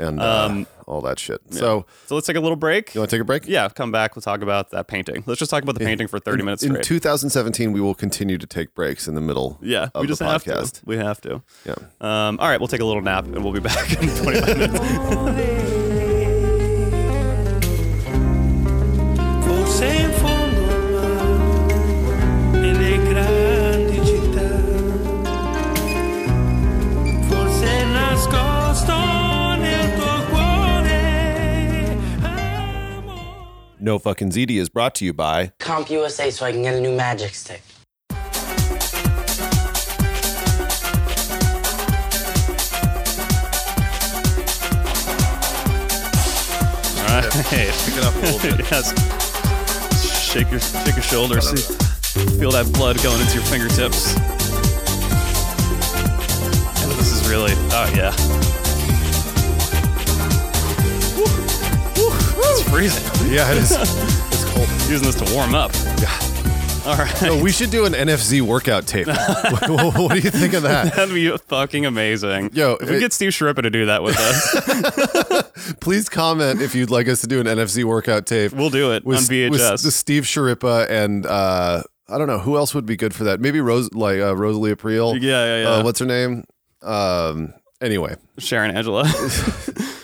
Speaker 4: and uh,
Speaker 3: Um,
Speaker 4: all that shit. So
Speaker 3: So let's take a little break.
Speaker 4: you want to take a break?
Speaker 3: Yeah, come back. We'll talk about that painting. Let's just talk about the painting for 30 minutes
Speaker 4: In
Speaker 3: straight.
Speaker 4: 2017, we will continue to take breaks in the middle.
Speaker 3: yeah,
Speaker 4: of
Speaker 3: we just
Speaker 4: the
Speaker 3: have to.
Speaker 4: podcast.
Speaker 3: We have to.
Speaker 4: Yeah.
Speaker 3: Um, all right, we'll take a little nap and we'll be back in 25 minutes.
Speaker 5: forse in fondo al mare, nelle grandi città, forse è nascosto nel tuo cuore, amore.
Speaker 4: No fucking ZD is brought to you by.
Speaker 6: Comp USA so I can get a new magic stick.
Speaker 3: All right. Pick it up a little bit. <laughs> yes. Shake your, shake your shoulders. Feel that blood going into your fingertips. And this is really, oh, yeah. Woo. Woo. It's freezing.
Speaker 4: <laughs> Yeah, it is. it's cold.
Speaker 3: Using this to warm up. All right.
Speaker 4: No, we should do an NFZ
Speaker 3: <laughs>
Speaker 4: workout tape. what, what do you think of that?
Speaker 3: That'd be fucking amazing.
Speaker 4: Yo,
Speaker 3: if we
Speaker 4: it-
Speaker 3: get Steve Sharippa to do that with us,
Speaker 4: <laughs> Please comment if you'd like us to do an NFZ workout tape.
Speaker 3: we'll do it on VHS.
Speaker 4: With the Steve Sharippa and uh, I don't know who else would be good for that. Maybe Rose, like uh, Rosalie April.
Speaker 3: Yeah, yeah, yeah.
Speaker 4: Uh, what's her name? Um, anyway,
Speaker 3: Sharon
Speaker 4: <laughs>
Speaker 3: Angela.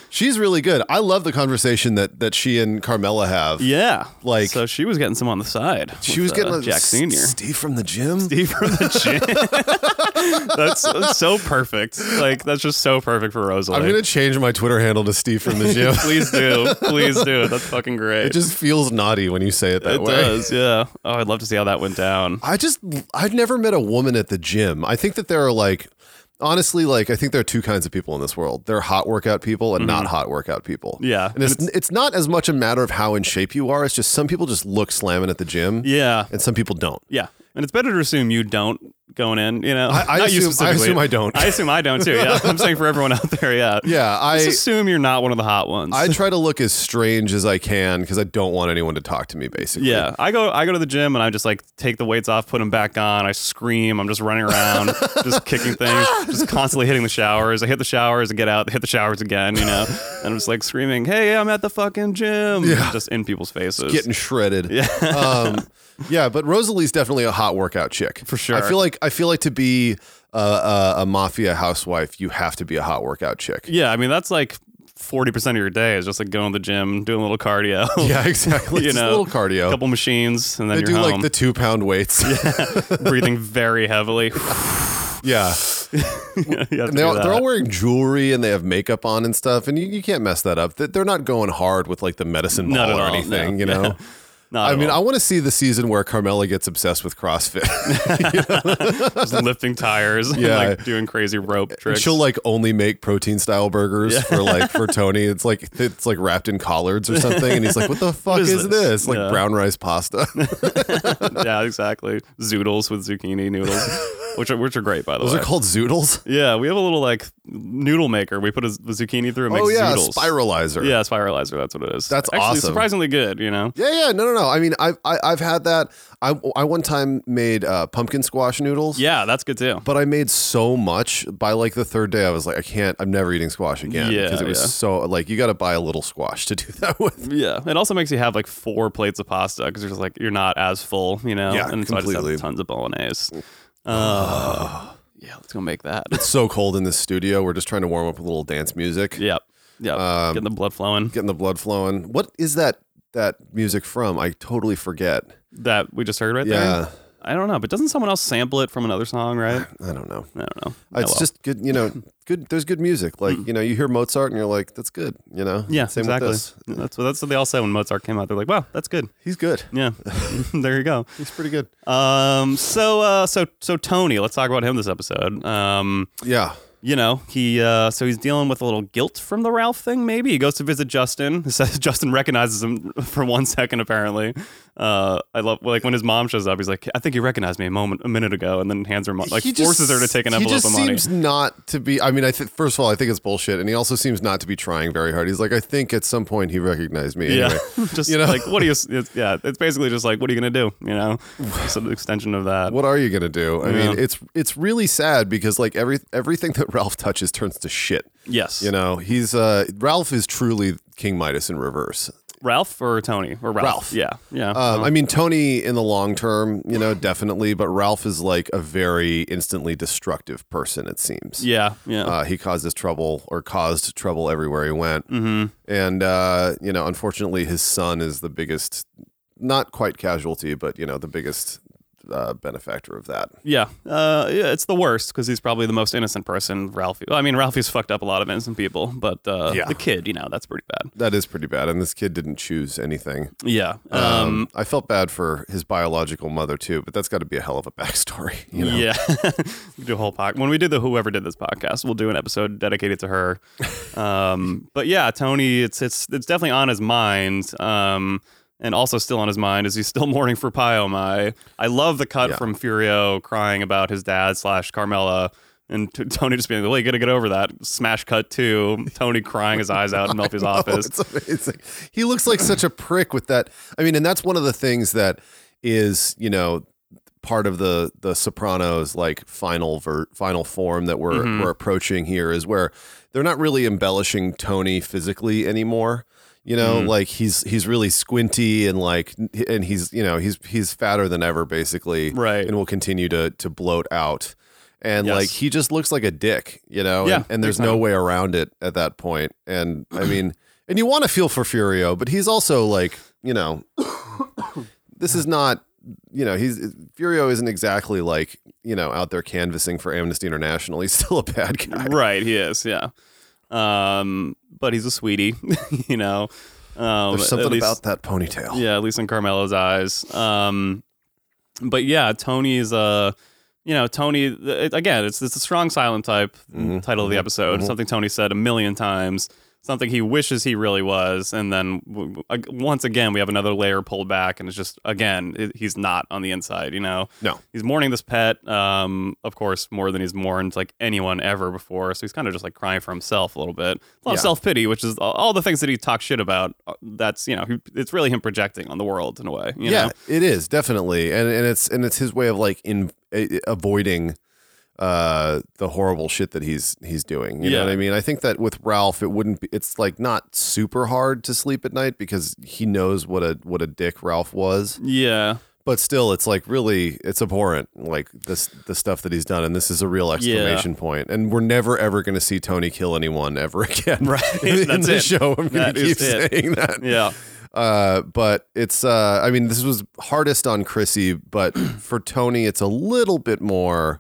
Speaker 4: she's really good. I love the conversation that that she and Carmela have.
Speaker 3: yeah.
Speaker 4: Like-
Speaker 3: so she was getting some on the side.
Speaker 4: she
Speaker 3: with,
Speaker 4: was getting
Speaker 3: uh,
Speaker 4: like,
Speaker 3: Jack
Speaker 4: "S-
Speaker 3: Senior.
Speaker 4: Steve from the gym.
Speaker 3: Steve from the gym. <laughs> that's, that's so perfect. Like that's just so perfect for Rosalie.
Speaker 4: I'm gonna change my Twitter handle to Steve from the gym.
Speaker 3: <laughs> please do, please do it. That's fucking great.
Speaker 4: it just feels naughty when you say it that
Speaker 3: It
Speaker 4: way.
Speaker 3: does. Yeah. Oh, I'd love to see how that went down.
Speaker 4: I just I've never met a woman at the gym. I think that there are like honestly like I think there are two kinds of people in this world. There are hot workout people and not hot workout people.
Speaker 3: Mm-hmm. Yeah.
Speaker 4: And it's, it's not as much a matter of how in shape you are. It's just some people just look slamming at the gym
Speaker 3: Yeah.
Speaker 4: and some people don't.
Speaker 3: Yeah. And it's better to assume you don't going in, you know.
Speaker 4: I
Speaker 3: Not you
Speaker 4: assume- I
Speaker 3: specifically.
Speaker 4: assume I don't.
Speaker 3: I assume I don't too.
Speaker 4: <laughs>
Speaker 3: Yeah. I'm saying for everyone out there, yeah.
Speaker 4: Yeah,
Speaker 3: Just
Speaker 4: I
Speaker 3: assume you're not one of the hot ones.
Speaker 4: I try to look as strange as I can because I don't want anyone to talk to me basically.
Speaker 3: <laughs> yeah, I go I go to the gym and I just like take the weights off, put them back on. I scream. I'm just running around,
Speaker 4: <laughs>
Speaker 3: just kicking things, just constantly hitting the showers. I hit the showers and get out, hit the showers again, you
Speaker 4: <laughs>
Speaker 3: know. And I'm just like screaming, "Hey, I'm at the fucking gym!"
Speaker 4: Yeah.
Speaker 3: Just in people's faces.
Speaker 4: <laughs> Getting shredded. Yeah. um, yeah, but Rosalie's definitely a hot workout chick.
Speaker 3: For sure.
Speaker 4: I feel like I feel like to be a, a, a mafia housewife, you have to be a hot
Speaker 3: <laughs>
Speaker 4: workout chick.
Speaker 3: Yeah, I mean that's like forty percent of your day is just like going to the gym, doing a little cardio.
Speaker 4: Yeah,
Speaker 3: <laughs>
Speaker 4: exactly.
Speaker 3: you
Speaker 4: Just
Speaker 3: know,
Speaker 4: a little cardio.
Speaker 3: couple machines, and then
Speaker 4: they
Speaker 3: you're
Speaker 4: do
Speaker 3: home,
Speaker 4: like the two
Speaker 3: <laughs>
Speaker 4: pound weights.
Speaker 3: breathing very heavily.
Speaker 4: <laughs>
Speaker 3: <laughs>
Speaker 4: yeah.
Speaker 3: You have to
Speaker 4: And they
Speaker 3: do
Speaker 4: all,
Speaker 3: that.
Speaker 4: they're all wearing jewelry and they have makeup on and stuff, and you, you can't mess that up. They- They're not going hard with like the medicine
Speaker 3: Not
Speaker 4: ball
Speaker 3: at
Speaker 4: or
Speaker 3: all,
Speaker 4: anything,
Speaker 3: no.
Speaker 4: you know.
Speaker 3: <laughs> Not
Speaker 4: I
Speaker 3: at
Speaker 4: mean,
Speaker 3: all.
Speaker 4: I want to see the season where Carmela gets obsessed with CrossFit.
Speaker 3: <laughs> just lifting tires,
Speaker 4: Yeah.
Speaker 3: and like doing crazy rope
Speaker 4: And
Speaker 3: tricks.
Speaker 4: she'll like only make protein style burgers for
Speaker 3: <laughs>
Speaker 4: like for Tony. It's like it's like wrapped in collards or something, and he's like, "What the fuck
Speaker 3: is
Speaker 4: is,
Speaker 3: this?"
Speaker 4: this? Like
Speaker 3: Yeah.
Speaker 4: brown
Speaker 3: <laughs>
Speaker 4: rice pasta.
Speaker 3: <laughs> yeah, exactly. Zoodles with zucchini
Speaker 4: <laughs>
Speaker 3: noodles, which are which are great by the
Speaker 4: Those
Speaker 3: way.
Speaker 4: are
Speaker 3: <laughs>
Speaker 4: called zoodles.
Speaker 3: yeah, we have a little like noodle maker. We put a, z- zucchini through and makes
Speaker 4: Oh yeah,
Speaker 3: zoodles.
Speaker 4: spiralizer.
Speaker 3: Yeah, spiralizer. That's what it is.
Speaker 4: That's
Speaker 3: Actually,
Speaker 4: awesome.
Speaker 3: Surprisingly good. You know.
Speaker 4: yeah, yeah. No, no, no. I mean, I've I, I've had that. I I one time made uh, pumpkin squash noodles.
Speaker 3: Yeah, that's good too.
Speaker 4: But I made so much by like the third day, I was like, I can't. I'm never eating squash again
Speaker 3: Yeah,
Speaker 4: because it was
Speaker 3: yeah.
Speaker 4: so like you got to buy a little squash to do <laughs> that with.
Speaker 3: Yeah, it also makes you have like four plates of pasta because you're just like you're not as full, you know.
Speaker 4: Yeah,
Speaker 3: and so I just
Speaker 4: completely.
Speaker 3: have tons of bolognese. Uh,
Speaker 4: <sighs>
Speaker 3: yeah, let's go make that. <laughs>
Speaker 4: so cold in this studio. We're just trying to warm up with a little dance music.
Speaker 3: yep, yep.
Speaker 4: Um,
Speaker 3: Getting the blood flowing.
Speaker 4: getting the blood flowing. What is that that music from? I totally forget.
Speaker 3: that we just heard right
Speaker 4: Yeah.
Speaker 3: there. I don't know, but doesn't someone else sample it from another song?
Speaker 4: <laughs>
Speaker 3: Right?
Speaker 4: I don't know.
Speaker 3: I
Speaker 4: Uh,
Speaker 3: don't know. Oh,
Speaker 4: It's
Speaker 3: well. Mm.
Speaker 4: just good, you know.
Speaker 3: <laughs>
Speaker 4: Good. There's good music. Like you know, you hear Mozart and you're like, that's good. You know.
Speaker 3: yeah,
Speaker 4: Same
Speaker 3: exactly.
Speaker 4: with this.
Speaker 3: That's what that's what they all said when Mozart came out. They're like, wow, that's
Speaker 4: <laughs>
Speaker 3: good.
Speaker 4: He's good.
Speaker 3: Yeah, <laughs> there you go.
Speaker 4: He's pretty good.
Speaker 3: Um, so uh, so so Tony, let's talk about him this episode. Um,
Speaker 4: Yeah.
Speaker 3: you know, he uh, so he's dealing with a little guilt from the Ralph thing. Maybe he goes to visit Justin. <laughs> Says Justin recognizes him <laughs> for one second. Apparently, uh, I love like when his mom shows up. He's like, "I think he recognized me a moment, a minute ago," and then hands her mo- like
Speaker 4: He just-
Speaker 3: forces her to take an
Speaker 4: He
Speaker 3: envelope
Speaker 4: just
Speaker 3: of money.
Speaker 4: seems not to be. I mean, I think first of all, I think it's bullshit, and he also seems not to be trying very hard. He's like, I think at some point he recognized me.
Speaker 3: <laughs> yeah,
Speaker 4: Anyway.
Speaker 3: <laughs> just
Speaker 4: you know?
Speaker 3: like what are you? It's, yeah, it's basically just like what are you gonna do? You
Speaker 4: <laughs>
Speaker 3: know, it's an extension of that.
Speaker 4: What are you gonna do? I mean,
Speaker 3: Yeah.
Speaker 4: it's it's really sad because like every everything that Ralph touches turns to shit.
Speaker 3: Yes,
Speaker 4: You know, he's uh Ralph is truly King Midas in reverse.
Speaker 3: Ralph or Tony or Ralph?
Speaker 4: Ralph.
Speaker 3: Yeah, yeah.
Speaker 4: Um, I mean, Tony in the long term, you know, definitely, but Ralph is like a very instantly destructive person. It seems.
Speaker 3: yeah, yeah.
Speaker 4: Uh, he causes trouble or caused trouble everywhere he went. Mm-hmm. And, uh, you know, unfortunately, his son is the biggest, not quite casualty, but, you know, the biggest uh, benefactor of that.
Speaker 3: Yeah, uh, yeah, it's the worst because he's probably the most innocent person. Ralphie. Well, I mean, Ralphie's fucked up a lot of innocent people, but uh,
Speaker 4: Yeah.
Speaker 3: the kid, you know, that's pretty bad.
Speaker 4: That is pretty bad. And this kid didn't choose anything.
Speaker 3: Yeah. Um,
Speaker 4: Um, I felt bad for his biological mother, too, but that's got to be a hell of a backstory. <laughs> You know?
Speaker 3: Yeah. <laughs> We do a whole podcast. When we did the whoever did this podcast, we'll do an episode dedicated to
Speaker 4: <laughs>
Speaker 3: her. Um, but yeah, Tony, it's it's it's definitely on his mind. Um, and also still on his mind is he's still <laughs> mourning for Mai. I love the cut
Speaker 4: Yeah.
Speaker 3: from Furio crying about his dad slash Carmela. And t- Tony just being like, well, you gotta get over that. Smash cut to Tony crying his eyes
Speaker 4: <laughs>
Speaker 3: out in Melfi's office.
Speaker 4: Oh, It's amazing. He looks like such a prick with that. I mean, and that's one of the things that is, you know, part of the the Sopranos like final ver- final form that we're
Speaker 3: Mm-hmm.
Speaker 4: we're approaching here is where they're not really embellishing Tony physically anymore. You know,
Speaker 3: Mm.
Speaker 4: like he's he's really squinty and like and he's you know he's he's fatter than ever basically,
Speaker 3: Right.
Speaker 4: And will continue to to bloat out, and
Speaker 3: Yes.
Speaker 4: like he just looks like a dick, you know.
Speaker 3: Yeah,
Speaker 4: Oh, and, and there's
Speaker 3: big time.
Speaker 4: no way around it at that point. And I mean, and you want to feel for Furio, but he's also like, you know, this is not, you know, he's Furio isn't exactly like, you know, out there canvassing for Amnesty International. He's still a bad guy.
Speaker 3: Right, he is, yeah. Um, but he's a sweetie, <laughs> you know. Um,
Speaker 4: There's
Speaker 3: at
Speaker 4: something
Speaker 3: least-
Speaker 4: about that ponytail.
Speaker 3: Yeah, at least in Carmelo's eyes. Um, but yeah, Tony's uh, you know, Tony it, again. It's it's a strong silent type
Speaker 4: Mm-hmm.
Speaker 3: title of the episode. Something Tony said a million times. Something he wishes he really was, and then w- w- ag- once again we have another layer pulled back, and it's just again it, he's not on the inside. You know,
Speaker 4: No.
Speaker 3: he's mourning this pet. Um, of course, more than he's mourned like anyone ever before. So he's kind of just like crying for himself a little bit. A lot of
Speaker 4: Yeah.
Speaker 3: self pity, which is all- all the things that he talks shit about. uh, That's you know, he, it's really him projecting on the world in a way. you
Speaker 4: yeah,
Speaker 3: know?
Speaker 4: it is definitely, and and it's and it's his way of like in a, avoiding uh the horrible shit that he's he's doing. You
Speaker 3: Yeah.
Speaker 4: know what I mean? I think that with Ralph, it wouldn't. Be, it's like not super hard to sleep at night because he knows what a what a dick Ralph was.
Speaker 3: yeah,
Speaker 4: but still it's like really it's abhorrent like this the stuff that he's done and this is a real exclamation point. and we're never ever going to see tony kill anyone ever <laughs> again
Speaker 3: Right,
Speaker 4: in,
Speaker 3: that's
Speaker 4: the
Speaker 3: it.
Speaker 4: show i'm going
Speaker 3: That
Speaker 4: to
Speaker 3: is
Speaker 4: keep
Speaker 3: it.
Speaker 4: saying that
Speaker 3: Yeah.
Speaker 4: uh, but it's uh, I mean this was hardest on Chrissy,
Speaker 3: <clears throat>
Speaker 4: but for Tony it's a little bit more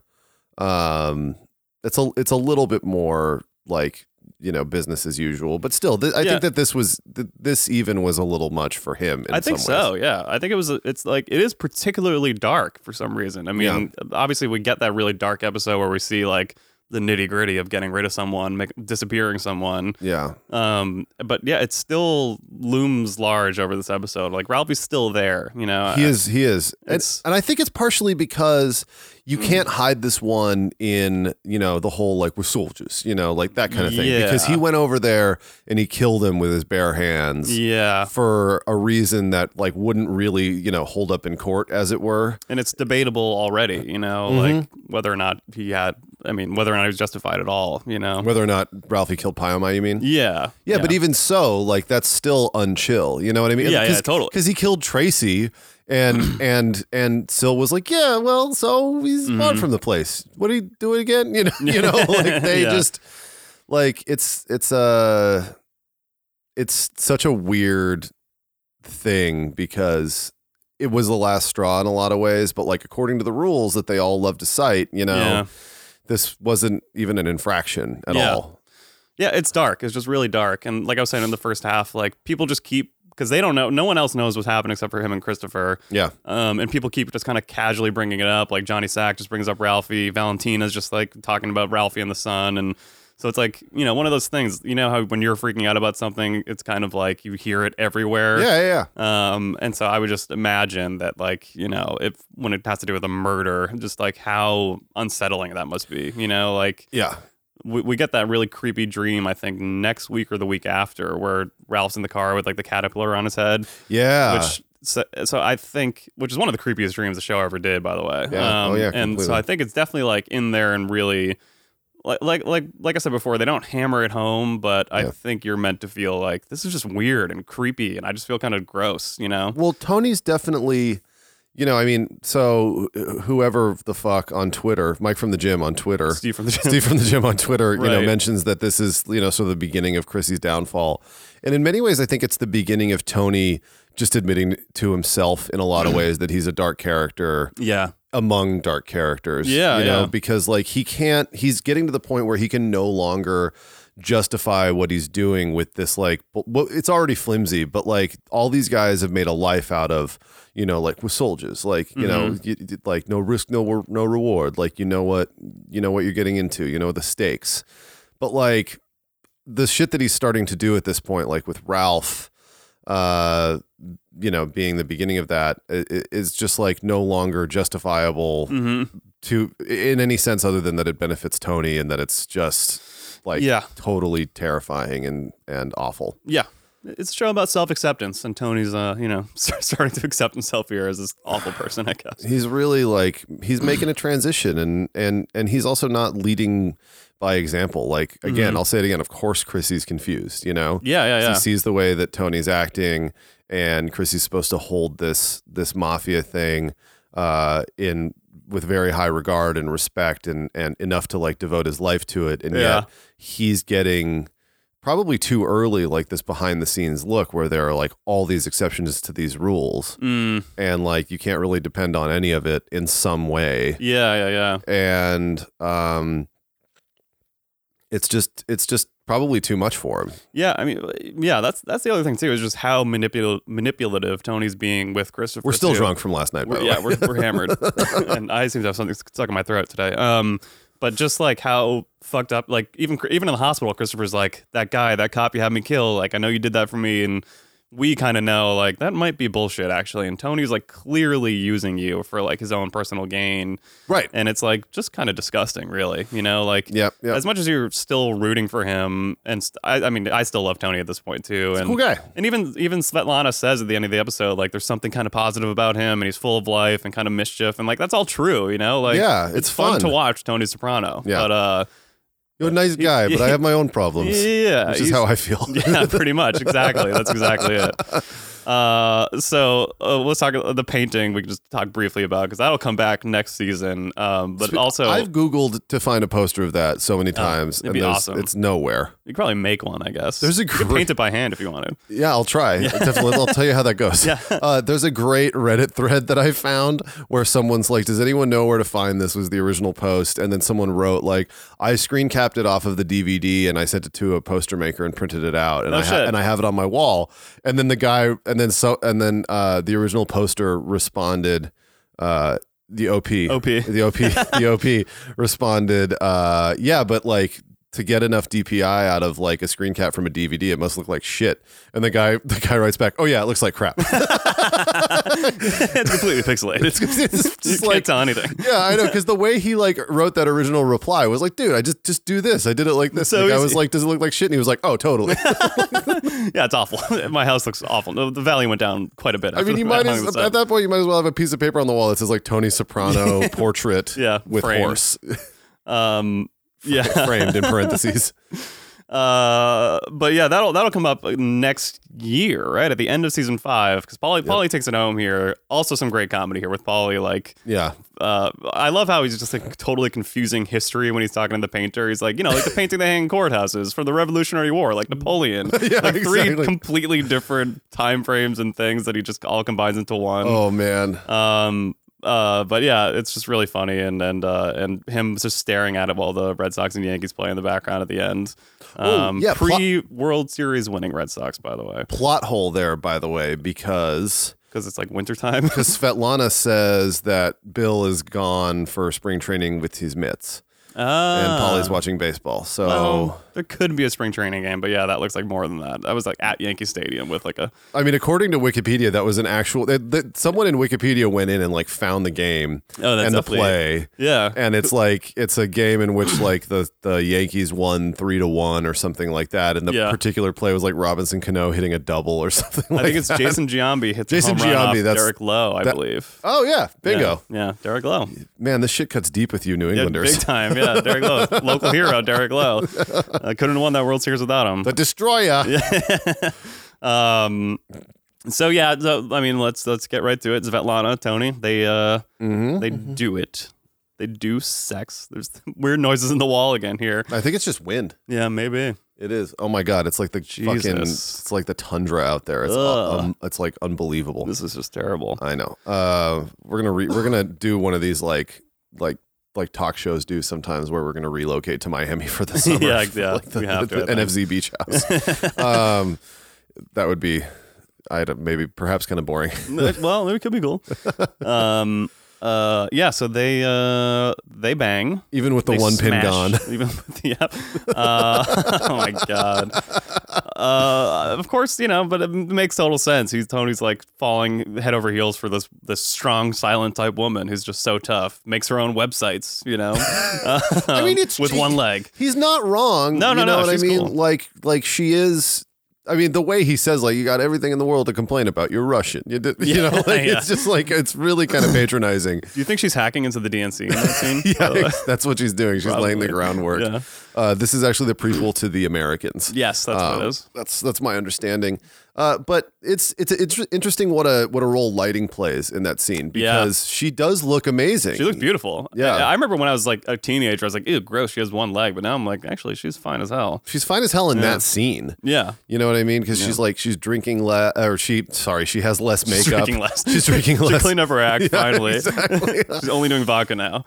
Speaker 4: um, it's a it's a little bit more like you know business as usual. But still, th- I
Speaker 3: Yeah.
Speaker 4: think that this was th- this even was a little much for him. In
Speaker 3: I think
Speaker 4: some ways.
Speaker 3: so. Yeah, I think it was. It's like it is particularly dark for some reason. I mean, obviously we get that really dark episode where we see like the nitty gritty of getting rid of someone, make, disappearing someone.
Speaker 4: Yeah,
Speaker 3: Um, but yeah, it still looms large over this episode. Like Ralphie's still there. You know,
Speaker 4: he
Speaker 3: I-
Speaker 4: is. He is, and,
Speaker 3: Uh, it's- Hmm.
Speaker 4: and I think it's partially because you can't hide this one in you know the whole like we're soldiers, you know, like that kind of thing. Because he
Speaker 3: Yeah.
Speaker 4: went over there and he killed him with his bare hands.
Speaker 3: Yeah,
Speaker 4: for a reason that like wouldn't really you know hold up in court as it were
Speaker 3: and it's debatable already. You know,
Speaker 4: Mm-hmm.
Speaker 3: like whether or not he had. I mean, whether or not he was justified at all. You know.
Speaker 4: whether or not ralphie killed pyoma you mean
Speaker 3: Oh. yeah.
Speaker 4: yeah, but even so like that's still unchill you know what i mean
Speaker 3: Yeah, yeah, totally.
Speaker 4: because he killed tracy
Speaker 3: <clears throat>
Speaker 4: and and and Syl was like, yeah, well, so he's
Speaker 3: Mm-hmm.
Speaker 4: gone from the place. What do you do it again? <laughs> You know, you know,
Speaker 3: <laughs>
Speaker 4: like they
Speaker 3: Yeah.
Speaker 4: just like it's it's uh it's such a weird thing because it was the last straw in a lot of ways, but like according to the rules that they all love to cite, you know,
Speaker 3: Yeah.
Speaker 4: this wasn't even an infraction at
Speaker 3: Yeah.
Speaker 4: all.
Speaker 3: Yeah, it's dark. It's just really dark. And like I was saying in the first half, like people just keep because they don't know. No one else knows what's happened except for him and Christopher.
Speaker 4: Yeah.
Speaker 3: Um, and people keep just kind of casually bringing it up. Like Johnny Sack just brings up Ralphie. Valentina's just like talking about Ralphie and the sun. And so it's like you know one of those things. You know how when you're freaking out about something, it's kind of like you hear it everywhere.
Speaker 4: Yeah, yeah, yeah.
Speaker 3: Um, and so I would just imagine that, like, you know, if when it has to do with a murder, just like how unsettling that must be, you know, like
Speaker 4: Yeah.
Speaker 3: we, we get that really creepy dream i think next week or the week after where ralph's in the car with like the caterpillar on his head
Speaker 4: Yeah.
Speaker 3: which so, so i think which is one of the creepiest dreams the show ever did by the way Um,
Speaker 4: Yeah. Oh, yeah,
Speaker 3: and so
Speaker 4: completely.
Speaker 3: i think it's definitely like in there and really like like like like i said before they don't hammer it home but i
Speaker 4: Yeah.
Speaker 3: think you're meant to feel like this is just weird and creepy and i just feel kind of gross you know
Speaker 4: Well, Tony's definitely, you know, I mean, so wh- whoever the fuck on Twitter, Mike from the gym on Twitter,
Speaker 3: Steve from the gym.
Speaker 4: Steve from the gym on Twitter, you know,
Speaker 3: Right.
Speaker 4: mentions that this is, you know, sort of the beginning of Chrissy's downfall. And in many ways, I think it's the beginning of Tony just admitting to himself in a lot
Speaker 3: <clears throat>
Speaker 4: of ways that he's a dark character
Speaker 3: yeah
Speaker 4: among dark characters.
Speaker 3: Yeah,
Speaker 4: You know,
Speaker 3: yeah.
Speaker 4: because like he can't, he's getting to the point where he can no longer justify what he's doing with this like bu- well, it's already flimsy but like all these guys have made a life out of you know like with soldiers like you know
Speaker 3: Mm-hmm.
Speaker 4: you, you- like no risk no wor- no reward like you know what you know what you're getting into you know the stakes but like the shit that he's starting to do at this point like with Ralph uh you know being the beginning of that i- i- is just like no longer justifiable
Speaker 3: Mm.
Speaker 4: to in any sense other than that it benefits Tony and that it's just like
Speaker 3: Yeah.
Speaker 4: totally terrifying and and awful.
Speaker 3: yeah it's a show about self-acceptance and tony's uh you know <laughs> starting to accept himself here as this awful person i
Speaker 4: <laughs>
Speaker 3: guess
Speaker 4: He's really like he's making a transition and and and he's also not leading by example. Like again, I'll say it again, of course Chrissy's confused, you know.
Speaker 3: Yeah, yeah, yeah.
Speaker 4: He sees the way that Tony's acting and Chrissy's supposed to hold this this mafia thing uh in with very high regard and respect and and enough to like devote his life to it and
Speaker 3: Yeah.
Speaker 4: yet he's getting probably too early like this behind the scenes look where there are like all these exceptions to these rules
Speaker 3: Mm,
Speaker 4: and like you can't really depend on any of it in some way
Speaker 3: Yeah, yeah, yeah.
Speaker 4: and um it's just it's just probably too much for him
Speaker 3: Yeah, I mean, yeah, that's that's the other thing too is just how manipul- manipulative Tony's being with Christopher.
Speaker 4: we're still
Speaker 3: too.
Speaker 4: drunk from last night by
Speaker 3: We're-
Speaker 4: the
Speaker 3: yeah,
Speaker 4: way.
Speaker 3: we're, we're hammered,
Speaker 4: <laughs>
Speaker 3: and I seem to have something stuck in my throat today. Um, but just like how fucked up, like even even in the hospital, Christopher's like that guy, that cop you had me kill. Like I know you did that for me, and we kind of know like that might be bullshit actually. And Tony's like clearly using you for like his own personal gain.
Speaker 4: right
Speaker 3: and it's like just kind of disgusting really you know like
Speaker 4: Yep, yep.
Speaker 3: as much as you're still rooting for him and st- I, I mean i still love tony at this point too and
Speaker 4: cool guy.
Speaker 3: and even even svetlana says at the end of the episode like there's something kind of positive about him and he's full of life and kind of mischief and like that's all true you know like
Speaker 4: Yeah, it's fun.
Speaker 3: to watch tony soprano
Speaker 4: Yeah.
Speaker 3: but uh
Speaker 4: you're a
Speaker 3: <laughs>
Speaker 4: nice guy but i have my own problems
Speaker 3: yeah
Speaker 4: which is
Speaker 3: he's- <laughs>
Speaker 4: <laughs> how i feel
Speaker 3: yeah, pretty much. Exactly. That's exactly it. Uh, so uh, let's talk uh, the painting. We can just talk briefly about because that'll come back next season. Um,
Speaker 4: <laughs>
Speaker 3: but also, Oh,
Speaker 4: I've Googled to find a poster of that so many times,
Speaker 3: it'd be
Speaker 4: there's-
Speaker 3: awesome.
Speaker 4: it's nowhere.
Speaker 3: you could probably make one. I guess
Speaker 4: There's a
Speaker 3: you could
Speaker 4: great-
Speaker 3: paint it by hand if you want to.
Speaker 4: Yeah, I'll try. Definitely, I'll tell you how that goes.
Speaker 3: <laughs> Yeah.
Speaker 4: Uh, there's a great Reddit thread that I found where someone's like, "Does anyone know where to find this?" Was the original post, and then someone wrote like, "I screen capped it off of the DVD and I sent it to a poster maker and printed it out, and
Speaker 3: Oh,
Speaker 4: I ha-
Speaker 3: shit.
Speaker 4: and I have it on my wall." And then the guy, and then so, and then uh, the original poster responded. Uh, the OP,
Speaker 3: OP.
Speaker 4: the OP,
Speaker 3: <laughs>
Speaker 4: the OP responded, uh, yeah, but like to get enough DPI out of like a screen cap from a DVD, it must look like shit. And the guy, the guy writes back, oh yeah, it looks
Speaker 3: <laughs>
Speaker 4: like crap. <laughs>
Speaker 3: it's completely pixelated. <laughs> It's,
Speaker 4: it's
Speaker 3: you
Speaker 4: just
Speaker 3: can't
Speaker 4: like,
Speaker 3: tell anything.
Speaker 4: yeah, I know, because the way he like wrote that original reply was like, dude, I just just do this. I did it like this.
Speaker 3: So
Speaker 4: So I
Speaker 3: easy.
Speaker 4: was like, does it look like shit? And he was like,
Speaker 3: <laughs>
Speaker 4: oh, totally.
Speaker 3: Yeah, it's awful. <laughs> My house looks awful. No, the value went down quite a bit.
Speaker 4: I mean, you might as, at that point, you might as well have a piece of paper on the wall that says like
Speaker 3: <laughs>
Speaker 4: Tony Soprano portrait,
Speaker 3: Yeah,
Speaker 4: with
Speaker 3: framed.
Speaker 4: horse <laughs>
Speaker 3: Um, yeah. <laughs>
Speaker 4: framed in parentheses.
Speaker 3: Uh, but yeah, that'll that'll come up next year, right at the end of season five, because Polly Polly takes it home here. Also, some great comedy here with Polly. Like,
Speaker 4: Yeah,
Speaker 3: uh, I love how he's just like totally confusing history when he's talking to the painter. He's like, you know, like the painting they hang in courthouses from the Revolutionary War, like Napoleon.
Speaker 4: <laughs> Yeah,
Speaker 3: like three
Speaker 4: exactly.
Speaker 3: completely different time frames and things that he just all combines into one.
Speaker 4: Oh man.
Speaker 3: Um, uh, but yeah, it's just really funny, and and uh, and him just staring at it while the Red Sox and Yankees play in the background at the end. Um,
Speaker 4: Oh, yeah, pl-
Speaker 3: pre World Series winning Red Sox, by the way,
Speaker 4: Plot hole there, by the way, because
Speaker 3: because it's like wintertime. <laughs>
Speaker 4: because Svetlana says that Bill is gone for spring training with his mitts, and
Speaker 3: ah,
Speaker 4: Polly's watching baseball. So
Speaker 3: Oh, there could be a spring training game, but yeah, that looks like more than that. I was like at Yankee Stadium with like a
Speaker 4: I mean, according to Wikipedia, that was an actual. That, that someone in Wikipedia went in and like found the game
Speaker 3: Oh, that's
Speaker 4: and the
Speaker 3: definitely-
Speaker 4: play.
Speaker 3: yeah.
Speaker 4: and
Speaker 3: <laughs>
Speaker 4: it's like it's a game in which like the the Yankees won three to one or something like that, and the
Speaker 3: Yeah.
Speaker 4: particular play was like Robinson Cano hitting a double or <laughs> something.
Speaker 3: I
Speaker 4: Like
Speaker 3: think it's
Speaker 4: that.
Speaker 3: Jason Giambi hits a
Speaker 4: Jason
Speaker 3: home run off
Speaker 4: Giambi, that's-
Speaker 3: Derek Lowe, I
Speaker 4: that-
Speaker 3: believe.
Speaker 4: Oh yeah, bingo,
Speaker 3: Yeah, yeah, Derek Lowe.
Speaker 4: man! This shit cuts deep with you, New
Speaker 3: Yeah,
Speaker 4: Englanders.
Speaker 3: big
Speaker 4: <laughs>
Speaker 3: time. Yeah, Derek Lowe, local hero, Derek Lowe. I couldn't have won that World Series without him.
Speaker 4: the destroyer.
Speaker 3: <laughs> Um, so yeah, so, I mean, let's let's get right to it. Svetlana, Tony, they uh, they do it. They do sex. There's <laughs> weird noises in the wall again here.
Speaker 4: I think it's just wind.
Speaker 3: Yeah, maybe.
Speaker 4: It is. Oh my god! It's like the fucking.
Speaker 3: Jesus.
Speaker 4: It's like the tundra out there. It's
Speaker 3: Ugh.
Speaker 4: um, it's like unbelievable.
Speaker 3: This is just terrible.
Speaker 4: I know. Uh, we're gonna re- we're gonna do one of these like like like talk shows do sometimes where we're gonna relocate to Miami
Speaker 3: <laughs>
Speaker 4: for the summer.
Speaker 3: Yeah, yeah,
Speaker 4: <laughs> like the,
Speaker 3: we have to,
Speaker 4: the
Speaker 3: I think.
Speaker 4: NFZ beach
Speaker 3: <laughs>
Speaker 4: house. um, that would be. I don't, maybe perhaps kind of boring.
Speaker 3: Mm. well, <laughs> it could be cool. Um, uh, yeah. So they uh, they bang.
Speaker 4: Even with the
Speaker 3: They
Speaker 4: one pin
Speaker 3: smash.
Speaker 4: gone,
Speaker 3: <laughs> Even with the yep. Uh, <laughs> oh my god. Uh, of course, you know, but it makes total sense. He's Tony's like falling head over heels for this this strong, silent type woman who's just so tough. Makes her own websites, you
Speaker 4: <laughs>
Speaker 3: know. uh,
Speaker 4: I mean, it's
Speaker 3: um, <laughs> with
Speaker 4: he-
Speaker 3: one leg.
Speaker 4: He's not wrong.
Speaker 3: No, no,
Speaker 4: you know
Speaker 3: no,
Speaker 4: What I
Speaker 3: she's
Speaker 4: mean,
Speaker 3: cool.
Speaker 4: like, like she is. I mean, the way he says, like, you got everything in the world to complain about. You're Russian. You, did, <laughs> you know, like,
Speaker 3: yeah.
Speaker 4: it's just like it's really kind of patronizing.
Speaker 3: <laughs> Do you think she's hacking into the DNC in that scene?
Speaker 4: <laughs> yeah, that's what she's doing. She's laying
Speaker 3: Probably.
Speaker 4: the groundwork.
Speaker 3: Yeah.
Speaker 4: Uh, this is actually the prequel to the Americans.
Speaker 3: Yes, that's what
Speaker 4: Um,
Speaker 3: it is.
Speaker 4: That's that's my understanding. Uh, but it's it's it's interesting what a what a role lighting plays in that scene
Speaker 3: Yeah.
Speaker 4: because she does look amazing.
Speaker 3: <laughs> She looked beautiful.
Speaker 4: Yeah.
Speaker 3: I, I remember when I was like a teenager, I was like, ew, gross, she has one leg. But now I'm like, actually, she's fine as hell.
Speaker 4: She's fine as hell in that scene. <laughs>
Speaker 3: Yeah.
Speaker 4: You know what I mean? Because she's like she's drinking less, or she sorry, she has less makeup.
Speaker 3: She's drinking less.
Speaker 4: <laughs> She's
Speaker 3: <laughs>
Speaker 4: drinking
Speaker 3: She
Speaker 4: less.
Speaker 3: cleaned
Speaker 4: <laughs>
Speaker 3: up her act finally. <laughs>
Speaker 4: exactly.
Speaker 3: She's only doing vodka now.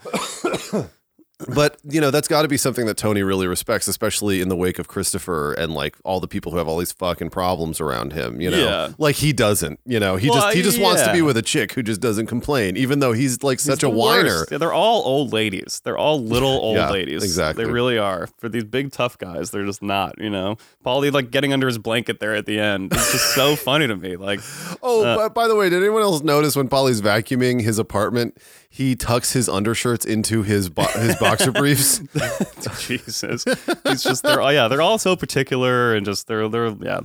Speaker 4: But you know that's got to be something that Tony really respects, especially in the wake of Christopher and like all the people who have all these fucking problems around him. You know,
Speaker 3: Yeah.
Speaker 4: like he doesn't. You know, he
Speaker 3: Well,
Speaker 4: just he just wants to
Speaker 3: yeah.
Speaker 4: be with a chick who just doesn't complain, even though he's like such a
Speaker 3: the
Speaker 4: whiner.
Speaker 3: worst. Yeah, they're all old ladies. They're all
Speaker 4: <laughs>
Speaker 3: little old
Speaker 4: Yeah,
Speaker 3: ladies.
Speaker 4: exactly.
Speaker 3: They really are. For these big tough guys, they're just not, you know. Paulie like getting under his blanket there at the end. It's just
Speaker 4: <laughs>
Speaker 3: so funny to me. Like
Speaker 4: Oh,
Speaker 3: Uh.
Speaker 4: but by the way, did anyone else notice when Polly's vacuuming his apartment, he tucks his undershirts into his bo- his
Speaker 3: <laughs>
Speaker 4: boxer briefs?
Speaker 3: Jesus. It's just they're oh yeah, they're all so particular and just they're they're yeah,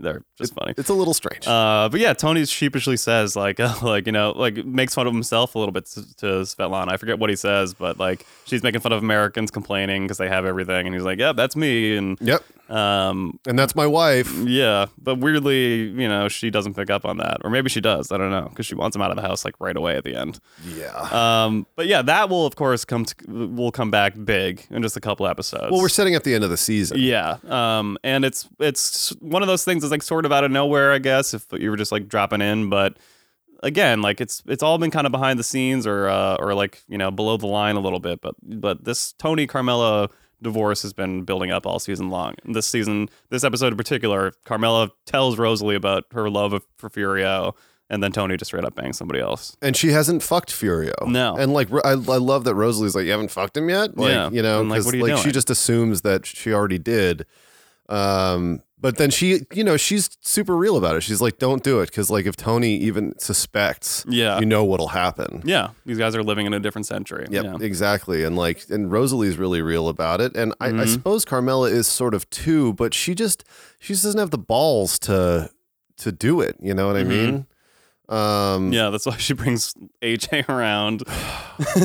Speaker 3: they're just funny.
Speaker 4: It's a little strange.
Speaker 3: Uh, but yeah, Tony sheepishly says like, <laughs> uh, like you know, like makes fun of himself a little bit to, to Svetlana. I forget what he says, but like she's making fun of Americans complaining because they have everything, and he's like, "Yep, that's me." And
Speaker 4: Yep.
Speaker 3: Um,
Speaker 4: and that's my wife.
Speaker 3: yeah, but weirdly, you know, she doesn't pick up on that, or maybe she does. I don't know because she wants him out of the house like right away at the end.
Speaker 4: Yeah.
Speaker 3: Um, but yeah, that will of course come to, will come back big in just a couple episodes.
Speaker 4: Well, we're setting up the end of the season.
Speaker 3: yeah, um, and it's it's one of those things that's like sort of out of nowhere, I guess, if you were just like dropping in. But again, like it's it's all been kind of behind the scenes or uh, or like you know below the line a little bit. But but this Tony Carmela divorce has been building up all season long. And This season, this episode in particular, Carmela tells Rosalie about her love of, for Furio, and then Tony just straight up bangs somebody else.
Speaker 4: And she hasn't fucked Furio.
Speaker 3: No.
Speaker 4: And like, I, I love that Rosalie's like, you haven't fucked him yet? Like,
Speaker 3: Yeah.
Speaker 4: you know,
Speaker 3: And, like,
Speaker 4: 'cause,
Speaker 3: what are you
Speaker 4: she
Speaker 3: doing?
Speaker 4: just assumes that she already did. Um, but then she, you know, she's super real about it. She's like, don't do it. Cause like, if Tony even suspects,
Speaker 3: Yeah.
Speaker 4: you know what'll happen.
Speaker 3: Yeah, these guys are living in a different century.
Speaker 4: Yep,
Speaker 3: Yeah.
Speaker 4: exactly. And like, and Rosalie's really real about it. And I,
Speaker 3: Mm-hmm.
Speaker 4: I suppose Carmela is sort of too, but she just, she just doesn't have the balls to, to do it. You know what
Speaker 3: Mm-hmm.
Speaker 4: I mean? Um,
Speaker 3: Yeah, that's why she brings AJ around.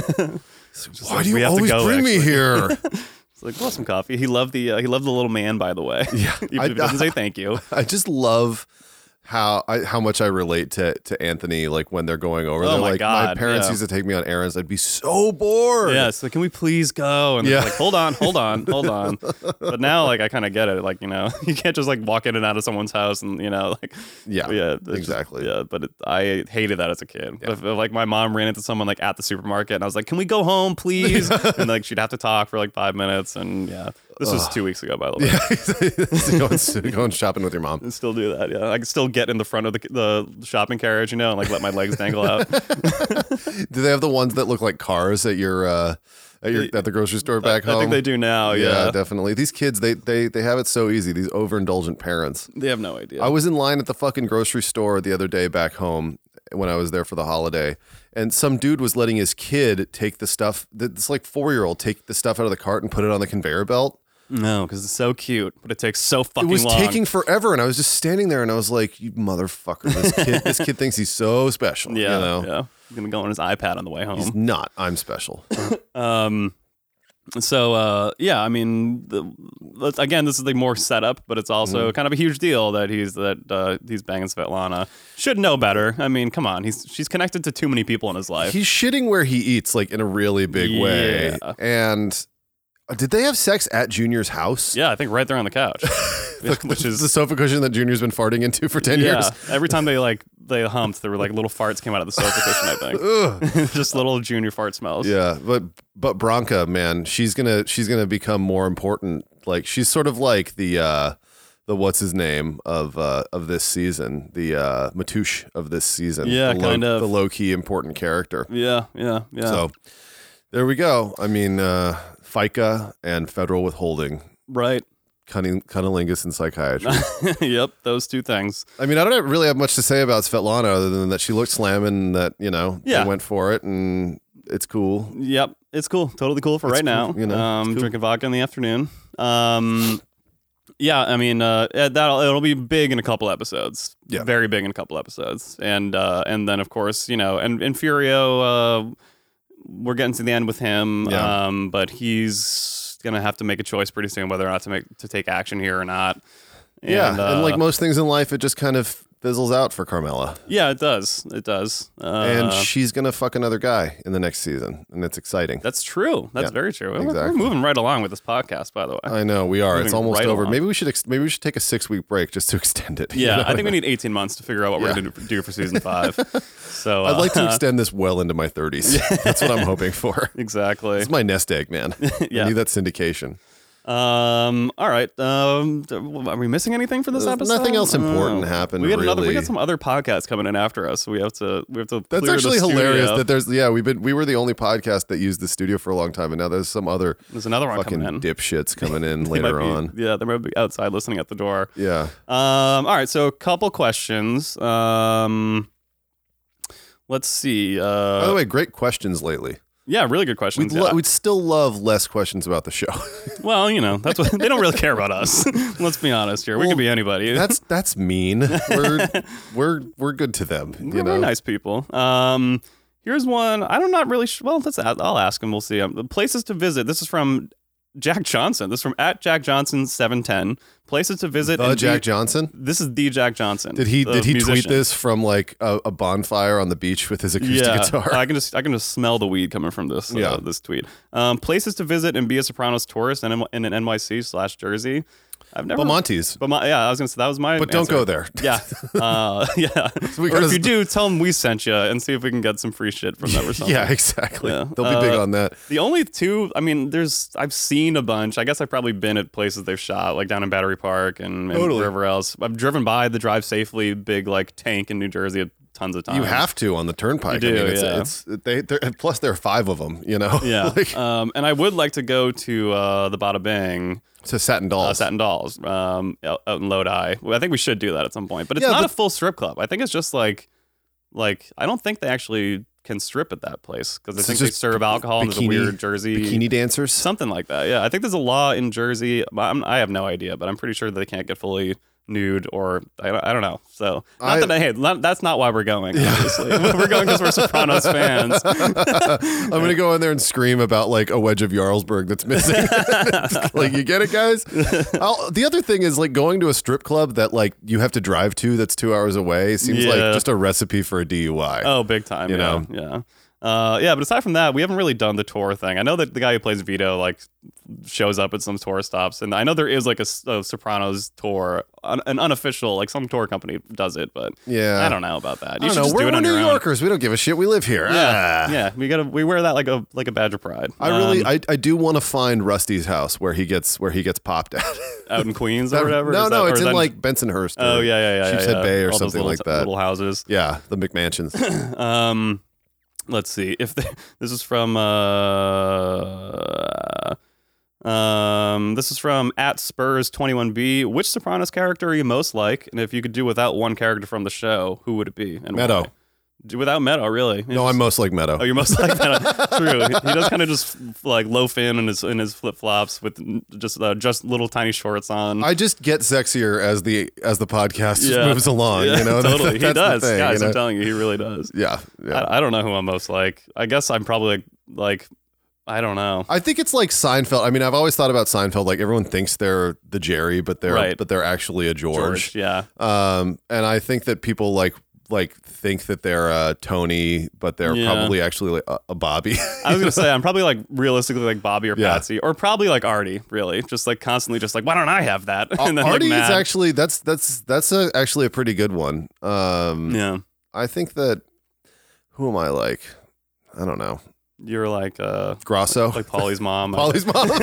Speaker 4: why
Speaker 3: like,
Speaker 4: do
Speaker 3: "We
Speaker 4: you
Speaker 3: have to
Speaker 4: always
Speaker 3: go,
Speaker 4: bring me
Speaker 3: actually."
Speaker 4: here?
Speaker 3: <laughs> It's like, well, some coffee. He loved the uh, he loved the little man, by the way. Yeah, even if <laughs> he doesn't say thank you.
Speaker 4: <laughs> <laughs> I just love how I, how much I relate to to Anthony. Like when they're going over,
Speaker 3: Oh
Speaker 4: they're
Speaker 3: my
Speaker 4: like, my
Speaker 3: God,
Speaker 4: parents
Speaker 3: yeah.
Speaker 4: used to take me on errands. I'd be so bored. <laughs>
Speaker 3: Yeah, it's like, can we please go? And
Speaker 4: Yeah.
Speaker 3: it's like, hold on, hold on, hold
Speaker 4: <laughs>
Speaker 3: on. But now, like, I kind of get it. Like, you know, <laughs> you can't just like walk in and out of someone's house, and you know, like,
Speaker 4: Yeah,
Speaker 3: yeah, it's just-
Speaker 4: exactly.
Speaker 3: yeah, but it, I hated that as a kid. If, if, like, my mom ran into someone like at the supermarket, and I was like, can we go home,
Speaker 4: <laughs>
Speaker 3: please? and like, she'd have to talk for like five minutes, and yeah, this was two weeks ago, by the way.
Speaker 4: So going, going shopping with your mom.
Speaker 3: and still do that. Yeah, I can still get in the front of the, the shopping carriage, you know, and like let my legs dangle out.
Speaker 4: Do they have the ones that look like cars at your uh, at your at the grocery store back
Speaker 3: I
Speaker 4: home?
Speaker 3: think they do now. Yeah,
Speaker 4: definitely. These kids, they they they have it so easy. These overindulgent parents.
Speaker 3: they have no idea.
Speaker 4: I was in line at the fucking grocery store the other day back home when I was there for the holiday, and some dude was letting his kid take the stuff. This like four year old take the stuff out of the cart and put it on the conveyor belt.
Speaker 3: no, because it's so cute, but it takes so
Speaker 4: It
Speaker 3: fucking
Speaker 4: was
Speaker 3: long.
Speaker 4: taking forever, and I was just standing there, and I was like, "You motherfucker! This
Speaker 3: <laughs>
Speaker 4: kid, this kid thinks he's so special.
Speaker 3: yeah,
Speaker 4: you know?
Speaker 3: yeah. He's gonna go on his iPad on the way
Speaker 4: He's
Speaker 3: home.
Speaker 4: not. I'm special.
Speaker 3: Um, so uh, yeah, I mean, the, let's- again, this is the more setup, but it's
Speaker 4: Mm-hmm.
Speaker 3: also kind of a huge deal that he's that uh, he's banging Svetlana. Should know better. I mean, come on, he's she's connected to too many people in his life.
Speaker 4: he's shitting where he eats, like in a really big way.
Speaker 3: Yeah.
Speaker 4: And uh, did they have sex at Junior's house?
Speaker 3: yeah, I think right there on the
Speaker 4: <laughs>
Speaker 3: couch, which is
Speaker 4: the sofa cushion that Junior's been farting into for ten years.
Speaker 3: Every time they like they humped, there were like little farts came out of the sofa cushion. I
Speaker 4: <laughs>
Speaker 3: think <laughs> just little junior fart smells.
Speaker 4: Yeah, but but Bronca, man, she's gonna she's gonna become more important. Like she's sort of like the uh the what's his name of uh of this season, the uh Matouche of this season.
Speaker 3: Yeah,
Speaker 4: the low,
Speaker 3: kind of.
Speaker 4: the low key important character.
Speaker 3: yeah, yeah, yeah.
Speaker 4: So there we go. I mean, uh FICA and federal withholding,
Speaker 3: right.
Speaker 4: cunning, cunnilingus and psychiatry.
Speaker 3: <laughs> yep, those two things.
Speaker 4: I mean, I don't really have much to say about Svetlana other than that she looked slamming, and that you know
Speaker 3: Yeah.
Speaker 4: they went for it, and it's cool.
Speaker 3: Yep, it's cool. Totally cool for right now.
Speaker 4: cool, you know, it's
Speaker 3: um,
Speaker 4: cool.
Speaker 3: drinking vodka in the afternoon. Um, yeah, I mean, uh, eh, that'll it'll be big in a couple episodes.
Speaker 4: Yeah.
Speaker 3: very big in a couple episodes, and uh, and then of course you know, and and Furio, uh, we're getting to the end with him.
Speaker 4: Yeah.
Speaker 3: Um, but he's gonna have to make a choice pretty soon whether or not to make to take action here or not.
Speaker 4: Yeah,
Speaker 3: uh,
Speaker 4: and like most things in life, it just kind of fizzles out for Carmela,
Speaker 3: yeah, it does, it does. Uh,
Speaker 4: and she's gonna fuck another guy in the next season, and it's exciting.
Speaker 3: that's true. That's
Speaker 4: Yeah,
Speaker 3: very true. We're- We're
Speaker 4: exactly. Oh,
Speaker 3: moving right along with this podcast, by the way.
Speaker 4: I know we are.
Speaker 3: Moving
Speaker 4: It's almost
Speaker 3: right
Speaker 4: over.
Speaker 3: along.
Speaker 4: Maybe we should ex- maybe we should take a six week break just to <laughs> extend it. you
Speaker 3: Yeah,
Speaker 4: know?
Speaker 3: I think
Speaker 4: <laughs>
Speaker 3: we need 18 months to figure out what
Speaker 4: Yeah.
Speaker 3: we're going to do for season five.
Speaker 4: <laughs>
Speaker 3: So
Speaker 4: I'd like to
Speaker 3: <laughs> uh,
Speaker 4: extend this well into my thirties. <laughs> That's what I'm
Speaker 3: <laughs>
Speaker 4: hoping for.
Speaker 3: exactly.
Speaker 4: It's my nest egg, man.
Speaker 3: <laughs> Yeah.
Speaker 4: I need that syndication.
Speaker 3: Um. All right. Um. th- Are we missing anything for this
Speaker 4: There's
Speaker 3: episode?
Speaker 4: nothing else important
Speaker 3: Oh.
Speaker 4: happened,
Speaker 3: We got another. We
Speaker 4: really.
Speaker 3: got some other podcasts coming in after us. So we have to. We have to.
Speaker 4: That's
Speaker 3: clear the
Speaker 4: actually hilarious.
Speaker 3: studio.
Speaker 4: That there's yeah, we've been we were the only podcast that used the studio for a long time, and now there's some other
Speaker 3: There's another one
Speaker 4: fucking
Speaker 3: coming in.
Speaker 4: dipshits coming
Speaker 3: <laughs>
Speaker 4: in
Speaker 3: They might
Speaker 4: later
Speaker 3: be-
Speaker 4: on.
Speaker 3: Yeah, they might be outside listening at the door.
Speaker 4: Yeah.
Speaker 3: Um, all right, so a couple questions. Um, let's see. Uh,
Speaker 4: By the way, great questions lately.
Speaker 3: yeah, really good questions.
Speaker 4: We'd, lo-
Speaker 3: yeah.
Speaker 4: we'd still love less questions about the show. <laughs>
Speaker 3: Well, you know, that's what they don't really care about us. <laughs> Let's be honest here. we could be anybody.
Speaker 4: that's that's mean.
Speaker 3: <laughs>
Speaker 4: We're we're we're good to them. You
Speaker 3: We're
Speaker 4: know,
Speaker 3: really nice people. Um, here's one. I'm not really sure. Well, let's. I'll ask him. We'll see. Um, places to visit. This is from Jack Johnson. This is from at Jack Johnson seven ten. Places to visit.
Speaker 4: The
Speaker 3: and
Speaker 4: Jack
Speaker 3: be-
Speaker 4: Johnson.
Speaker 3: This is the Jack Johnson.
Speaker 4: Did he
Speaker 3: the
Speaker 4: did he tweet
Speaker 3: musician.
Speaker 4: this from like a, a bonfire on the beach with his acoustic
Speaker 3: Yeah,
Speaker 4: guitar?
Speaker 3: I can just I can just smell the weed coming from this uh,
Speaker 4: Yeah.
Speaker 3: this tweet. Um, places to visit and be a Sopranos tourist in, in an NYC slash Jersey. I've never.
Speaker 4: Belmonte's.
Speaker 3: But my, yeah, I was gonna say that was my.
Speaker 4: But don't
Speaker 3: answer.
Speaker 4: go there.
Speaker 3: Yeah, uh, <laughs>
Speaker 4: <laughs>
Speaker 3: yeah.
Speaker 4: we
Speaker 3: or
Speaker 4: gotta-
Speaker 3: if you do, tell them we sent you, and see if we can get some free shit from them or something.
Speaker 4: <laughs> Yeah, exactly.
Speaker 3: Yeah.
Speaker 4: They'll be big
Speaker 3: Uh,
Speaker 4: on that.
Speaker 3: The only two, I mean, there's I've seen a bunch. I guess I've probably been at places they've shot, like down in Battery Park and, and
Speaker 4: Totally.
Speaker 3: wherever else. I've driven by the Drive Safely big like tank in New Jersey tons of times.
Speaker 4: You have to on the turnpike.
Speaker 3: uh, You
Speaker 4: I
Speaker 3: do,
Speaker 4: mean, it's,
Speaker 3: yeah.
Speaker 4: it's they they're- and plus there are five of them. You know, <laughs>
Speaker 3: yeah.
Speaker 4: like,
Speaker 3: um, and I would like to go to uh, the Bada Bang
Speaker 4: to Satin
Speaker 3: uh,
Speaker 4: Dolls.
Speaker 3: Satin Dolls um, out out in Lodi. Well, I think we should do that at some point, but it's
Speaker 4: Yeah,
Speaker 3: not
Speaker 4: but-
Speaker 3: a full strip club. I think it's just like like I don't think they actually can strip at that place because I
Speaker 4: It's
Speaker 3: think they
Speaker 4: just
Speaker 3: serve alcohol and there's a
Speaker 4: bikini-
Speaker 3: weird Jersey
Speaker 4: Bikini dancers.
Speaker 3: something like that. Yeah, I think there's a law in Jersey. I'm, I have no idea, but I'm pretty sure they can't get fully nude or I don't, I don't know. So not
Speaker 4: I-
Speaker 3: that I, hey, not, that's not why we're going.
Speaker 4: <laughs>
Speaker 3: Obviously, we're going because we're Sopranos fans.
Speaker 4: I'm gonna go in there and scream about like a wedge of Jarlsberg that's missing. <laughs> like you get it,
Speaker 3: <laughs>
Speaker 4: guys. I'll, the other thing is like going to a strip club that like you have to drive to that's two hours away seems
Speaker 3: Yeah.
Speaker 4: like just a recipe for a DUI.
Speaker 3: <laughs> Oh, big time.
Speaker 4: You
Speaker 3: yeah,
Speaker 4: know?
Speaker 3: yeah. Uh, yeah, but aside from that, we haven't really done the tour thing. I know that the guy who plays Vito like shows up at some tour stops, and I know there is like a, s- a Sopranos tour, an, an unofficial, like some tour company does it, but
Speaker 4: Yeah.
Speaker 3: I don't know about that.
Speaker 4: I
Speaker 3: You
Speaker 4: don't
Speaker 3: should
Speaker 4: know.
Speaker 3: just
Speaker 4: We're,
Speaker 3: do it
Speaker 4: we're
Speaker 3: on
Speaker 4: New
Speaker 3: your own.
Speaker 4: Yorkers. We don't give a shit. We live here.
Speaker 3: Yeah,
Speaker 4: Ah.
Speaker 3: yeah. We gotta we wear that like a like a badge of pride.
Speaker 4: I really,
Speaker 3: Um,
Speaker 4: I, I do want to find Rusty's house where he gets where he gets popped at. <laughs>
Speaker 3: out in Queens or whatever.
Speaker 4: no,
Speaker 3: Is
Speaker 4: no,
Speaker 3: that- or
Speaker 4: it's
Speaker 3: is
Speaker 4: in
Speaker 3: that-
Speaker 4: like Bensonhurst.
Speaker 3: oh
Speaker 4: or
Speaker 3: yeah, yeah, yeah, yeah,
Speaker 4: Sheepshead
Speaker 3: yeah.
Speaker 4: Bay or
Speaker 3: All those
Speaker 4: something
Speaker 3: little,
Speaker 4: like that.
Speaker 3: Little houses.
Speaker 4: Yeah, the
Speaker 3: <laughs>
Speaker 4: McMansions.
Speaker 3: Um, let's see if they, <laughs> this is from uh, um, this is from at Spurs twenty one B. Which Sopranos character are you most like? And if you could do without one character from the show, who would it be? And why?
Speaker 4: Meadow.
Speaker 3: D- Without Meadow, really?
Speaker 4: No, I'm most like Meadow.
Speaker 3: Oh, you're most like
Speaker 4: <laughs>
Speaker 3: that. True. He does kind of just like low fin in his in his flip flops with just uh, just little tiny shorts on.
Speaker 4: I just get sexier as the as the podcast
Speaker 3: Yeah.
Speaker 4: moves along.
Speaker 3: Yeah,
Speaker 4: you
Speaker 3: <laughs>
Speaker 4: know, <laughs> That-
Speaker 3: totally. he
Speaker 4: that's the
Speaker 3: does,
Speaker 4: thing,
Speaker 3: guys.
Speaker 4: you know?
Speaker 3: I'm telling you, he really does.
Speaker 4: yeah, yeah.
Speaker 3: I, I don't know who I'm most like. I guess I'm probably like, I don't know.
Speaker 4: I think it's like Seinfeld. I mean, I've always thought about Seinfeld. Like everyone thinks they're the Jerry, but they're
Speaker 3: Right.
Speaker 4: but they're actually a George.
Speaker 3: yeah.
Speaker 4: Um, and I think that people like like think that they're a Tony, but they're
Speaker 3: Yeah.
Speaker 4: probably actually like uh, a, a Bobby.
Speaker 3: <laughs> I was gonna say I'm probably like realistically like Bobby or
Speaker 4: Yeah.
Speaker 3: Patsy or probably like Artie, really, just like constantly just like why don't I have that? <laughs> And then like,
Speaker 4: Uh, Artie is
Speaker 3: mad.
Speaker 4: actually that's that's that's a, actually a pretty good one. Um,
Speaker 3: yeah.
Speaker 4: I think that who am I like? I don't know.
Speaker 3: You're like uh
Speaker 4: Grosso.
Speaker 3: like Polly's mom.
Speaker 4: Polly's mom.
Speaker 3: <laughs>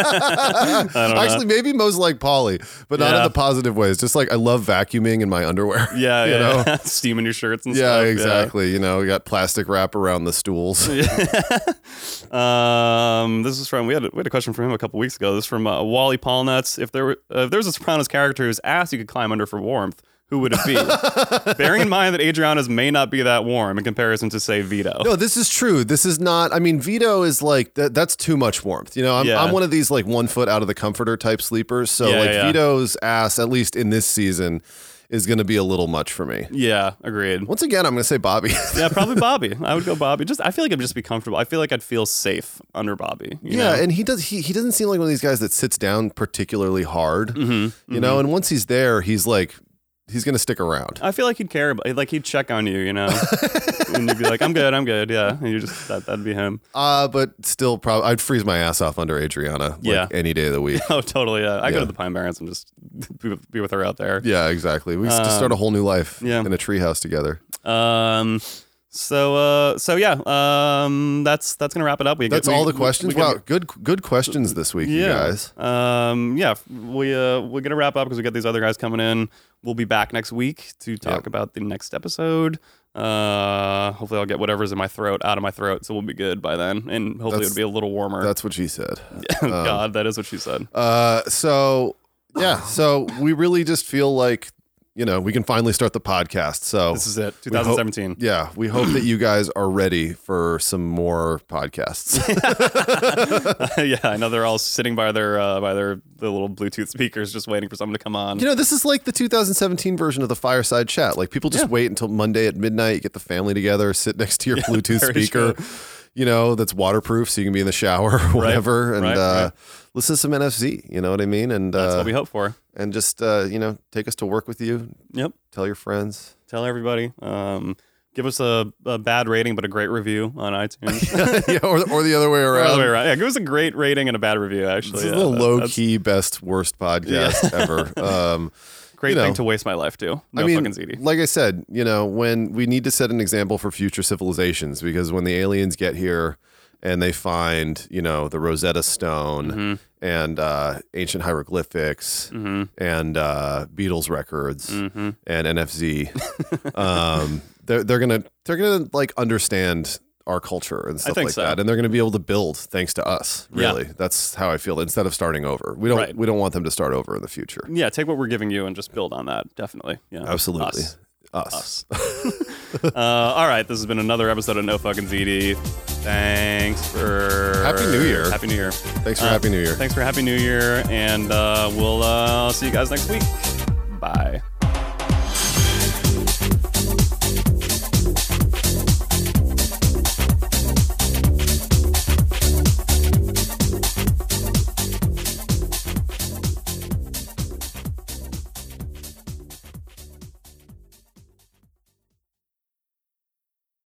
Speaker 3: I don't know.
Speaker 4: Actually, maybe most like Polly, but not in
Speaker 3: Yeah.
Speaker 4: the positive ways. Just like I love vacuuming in my underwear. <laughs>
Speaker 3: yeah,
Speaker 4: you
Speaker 3: yeah,
Speaker 4: know.
Speaker 3: yeah. <laughs> steaming your shirts and
Speaker 4: Yeah,
Speaker 3: stuff.
Speaker 4: exactly. You know, we got plastic wrap around
Speaker 3: <laughs>
Speaker 4: the stools. <laughs>
Speaker 3: um, this is from we had a, we had a question from him a couple weeks ago. This is from uh, Wally Paulnuts. If there were uh, if there was a Sopranos character whose ass you could climb under for warmth, who would it
Speaker 4: <laughs>
Speaker 3: be? Bearing in mind that Adriana's may not be that warm in comparison to say Vito.
Speaker 4: No, this is true. This is not. I mean, Vito is like that. That's too much warmth. You know, I'm,
Speaker 3: Yeah.
Speaker 4: I'm one of these like one foot out of the comforter type sleepers. So
Speaker 3: Yeah,
Speaker 4: like
Speaker 3: yeah.
Speaker 4: Vito's ass, at least in this season, is going to be a little much for me.
Speaker 3: Yeah, agreed.
Speaker 4: Once again, I'm going to say Bobby. <laughs>
Speaker 3: Yeah, probably Bobby. I would go Bobby. Just I feel like I'd just be comfortable. I feel like I'd feel safe under Bobby. you
Speaker 4: Yeah,
Speaker 3: know?
Speaker 4: and he does. He, he doesn't seem like one of these guys that sits down particularly hard,
Speaker 3: Mm-hmm,
Speaker 4: you know. And once he's there, he's like, he's gonna stick around.
Speaker 3: I feel like he'd care about like he'd check on you, you
Speaker 4: <laughs>
Speaker 3: know. and you'd be like, I'm good, I'm good, yeah. And you just that that'd be him.
Speaker 4: Uh, but still, probably I'd freeze my ass off under Adriana. Like,
Speaker 3: Yeah.
Speaker 4: any day of the
Speaker 3: <laughs>
Speaker 4: week.
Speaker 3: Oh, totally. Yeah. I go
Speaker 4: Yeah.
Speaker 3: to the Pine Barrens and just <laughs> be, be with her out there.
Speaker 4: yeah, exactly. We used to start a whole new life
Speaker 3: Uh, yeah.
Speaker 4: in a treehouse together.
Speaker 3: Um. So uh. So yeah. Um. That's that's gonna wrap it up. We
Speaker 4: That's
Speaker 3: we-
Speaker 4: all the
Speaker 3: we-
Speaker 4: questions.
Speaker 3: we
Speaker 4: wow,
Speaker 3: can-
Speaker 4: good good questions this week, you guys.
Speaker 3: Um. Yeah. We uh. We're gonna wrap up because we got these other guys coming in. We'll be back next week to talk
Speaker 4: Yep.
Speaker 3: about the next episode. Uh. Hopefully, I'll get whatever's in my throat out of my throat, so we'll be good by then, and hopefully,
Speaker 4: That's-
Speaker 3: it'll be a little warmer.
Speaker 4: That's what she said.
Speaker 3: <laughs> God, that is what she said.
Speaker 4: Uh, so yeah, so we really just feel like you know we can finally start the podcast. So
Speaker 3: This is it.
Speaker 4: We hope-
Speaker 3: 2017.
Speaker 4: yeah, we hope that you guys are ready for some more
Speaker 3: <laughs>
Speaker 4: podcasts.
Speaker 3: yeah, I know they're all sitting by their uh, by their the little Bluetooth speakers, just waiting for someone to come on.
Speaker 4: you know, this is like the 2017 version of the fireside chat. Like people just
Speaker 3: Yeah. <laughs>
Speaker 4: wait until Monday at midnight, get the family together, sit next to your Bluetooth
Speaker 3: very
Speaker 4: speaker. you know, that's waterproof, so you can be in the shower or whatever, and
Speaker 3: right,
Speaker 4: uh,
Speaker 3: right.
Speaker 4: listen to some NFC. You know what I mean? And
Speaker 3: That's
Speaker 4: uh,
Speaker 3: what we hope for.
Speaker 4: and just uh, you know, take us to work with you.
Speaker 3: Yep.
Speaker 4: Tell your friends. <laughs>
Speaker 3: Tell everybody. Um, give us a, a bad rating, but a great review on iTunes.
Speaker 4: <laughs> yeah, or, or the other way
Speaker 3: Or
Speaker 4: around.
Speaker 3: the other way around. Yeah, give us a great rating and a bad review. Actually,
Speaker 4: Um, This is
Speaker 3: Yeah,
Speaker 4: the
Speaker 3: that-
Speaker 4: low
Speaker 3: that's
Speaker 4: key best worst podcast
Speaker 3: <laughs>
Speaker 4: ever. Um,
Speaker 3: a Great
Speaker 4: you know.
Speaker 3: thing to waste my life to. No
Speaker 4: I mean,
Speaker 3: fucking ZD.
Speaker 4: like I said, you know, when we need to set an example for future civilizations, because when the aliens get here and they find, you know, the Rosetta Stone
Speaker 3: Mm-hmm.
Speaker 4: and uh, ancient hieroglyphics and uh, Beatles records
Speaker 3: Mm-hmm.
Speaker 4: and NFZ, um, they're they're gonna they're gonna like understand our culture and stuff
Speaker 3: think
Speaker 4: like
Speaker 3: so.
Speaker 4: that, and they're gonna be able to build thanks to us.
Speaker 3: Yeah.
Speaker 4: Really, that's how I feel. Instead of starting over, we don't
Speaker 3: Right.
Speaker 4: we don't want them to start over in the future.
Speaker 3: Yeah, take what we're giving you and just build on that. Definitely. Yeah.
Speaker 4: Absolutely,
Speaker 3: Us.
Speaker 4: us.
Speaker 3: Us. uh, all right. This has been another episode of No Fucking ZD. Thanks for
Speaker 4: Happy New Year.
Speaker 3: Happy New Year.
Speaker 4: Thanks for
Speaker 3: Uh,
Speaker 4: Happy New Year.
Speaker 3: Thanks for Happy New Year, and uh, we'll uh, see you guys next week. Bye.